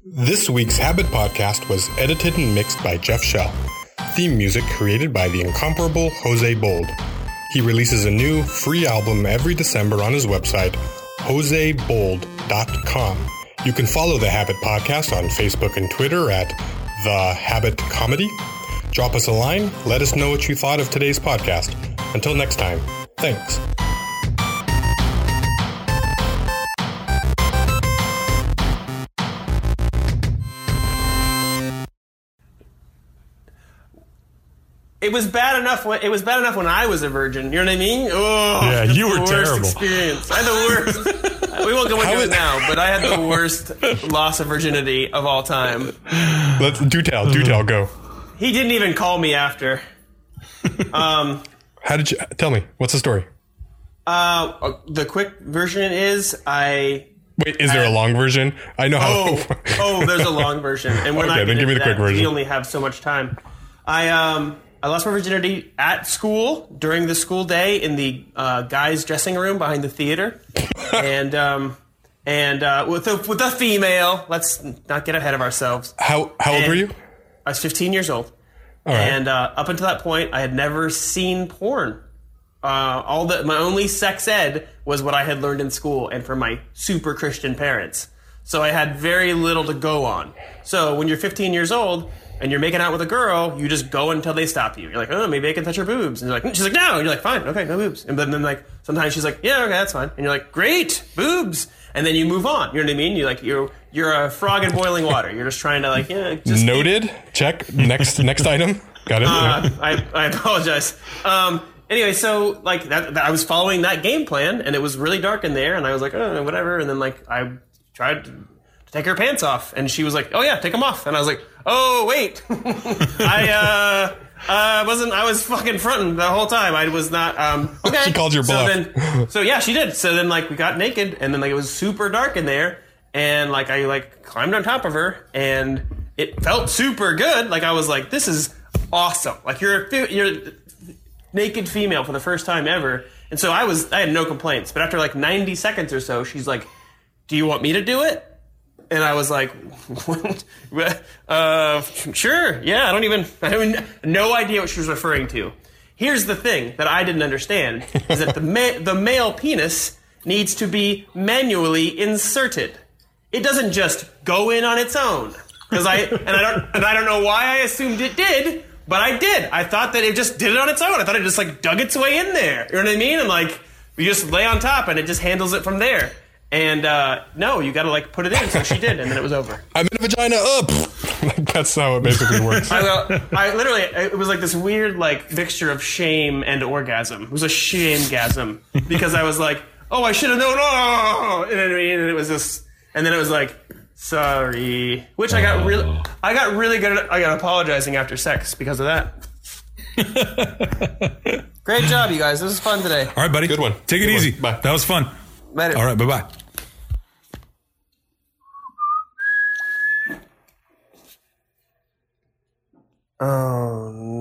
Speaker 2: This week's Habit Podcast was edited and mixed by Jeff Shell. Theme music created by the incomparable Jose Bold. He releases a new free album every December on his website, josebold.com. You can follow The Habit Podcast on Facebook and Twitter at The Habit Comedy. Drop us a line, let us know what you thought of today's podcast. Until next time, thanks.
Speaker 1: It was bad enough when it was bad enough when I was a virgin. You know what I mean? Oh,
Speaker 3: Yeah,
Speaker 1: the
Speaker 3: you were
Speaker 1: worst
Speaker 3: terrible.
Speaker 1: Experience. I had the
Speaker 2: (laughs)
Speaker 1: worst. we won't go into it now, but I had the worst loss of virginity of all time.
Speaker 2: Let's do tell, do tell, go.
Speaker 1: He didn't even call me after.
Speaker 2: How did you tell me? What's the story?
Speaker 1: Uh, the quick version is I.
Speaker 2: Wait, is there a long version? I know how.
Speaker 1: Uh,
Speaker 2: (laughs)
Speaker 1: Oh, (laughs) oh, there's a long version, and when
Speaker 2: Okay,
Speaker 1: I
Speaker 2: then
Speaker 1: get
Speaker 2: give me
Speaker 1: into
Speaker 2: the quick
Speaker 1: that,
Speaker 2: version.
Speaker 1: We only have so much time. I um I lost my virginity at school during the school day in the uh, guys' dressing room behind the
Speaker 2: (laughs)
Speaker 1: theater, and um and uh, with a, with a female. Let's not get ahead of ourselves.
Speaker 2: How how old
Speaker 1: And-
Speaker 2: were you?
Speaker 1: I was 15 years old,
Speaker 2: All right.
Speaker 1: and uh, up until that point, I had never seen porn. Uh, all that my only sex ed was what I had learned in school and from my super Christian parents. So I had very little to go on. So when you're 15 years old and you're making out with a girl, you just go until they stop you. You're like, oh, maybe I can touch her boobs. And you're like, mm. she's like, no. And you're like, fine, okay, no boobs. And then, then like sometimes she's like, yeah, okay, that's fine. And you're like, great, boobs. And then you move on. You know what I mean? You like you're you're a frog in boiling water. You're just trying to like yeah, just
Speaker 2: Noted.
Speaker 1: (laughs)
Speaker 2: Check. Next next item. Got it.
Speaker 1: uh, (laughs) I, I apologize. Um, anyway, so like that, that- I was following that game plan, and it was really dark in there, and I was like, oh, whatever. And then like I tried to take her pants off, and she was like, oh yeah, take them off. And I was like, oh wait, (laughs) I uh, uh, wasn't. I was fucking fronting the whole time. I was not. Um, okay.
Speaker 2: She called your
Speaker 1: So
Speaker 2: bluff.
Speaker 1: then, so yeah, she did. So then like we got naked, and then like it was super dark in there, and like I like climbed on top of her, and it felt super good. Like I was like, this is awesome. Like you're a fe- you're a naked female for the first time ever, and so I was I had no complaints. But after like 90 seconds or so, she's like, do you want me to do it? and I was like, what? (laughs) Uh, sure, yeah. I don't even, I don't, no idea what she was referring to. Here's the thing that I didn't understand is that the ma- the male penis needs to be manually inserted. It doesn't just go in on its own. Because I and I don't and I don't know why I assumed it did, but I did. I thought that it just did it on its own. I thought it just like dug its way in there. You know what I mean? And like you just lay on top and it just handles it from there. And uh, no, you got to like put it in. So she did, and then it was
Speaker 3: (laughs)
Speaker 1: over.
Speaker 2: I'm in a vagina. Up. like (laughs) that's how it basically works.
Speaker 1: I, well, (laughs) I literally it was like this weird like mixture of shame and orgasm. It was a shamegasm because I was like, oh, I should have known. Oh, and, then- and it was this, and then it was like, sorry, which I got really, I got really good. At, I got apologizing after sex because of that. (laughs) Great job, you guys. This was fun today.
Speaker 3: All right, buddy.
Speaker 9: Good one.
Speaker 3: Take it
Speaker 9: Good
Speaker 3: easy.
Speaker 9: one. Bye.
Speaker 3: That was fun.
Speaker 1: Later.
Speaker 3: All right, bye bye.
Speaker 10: Oh,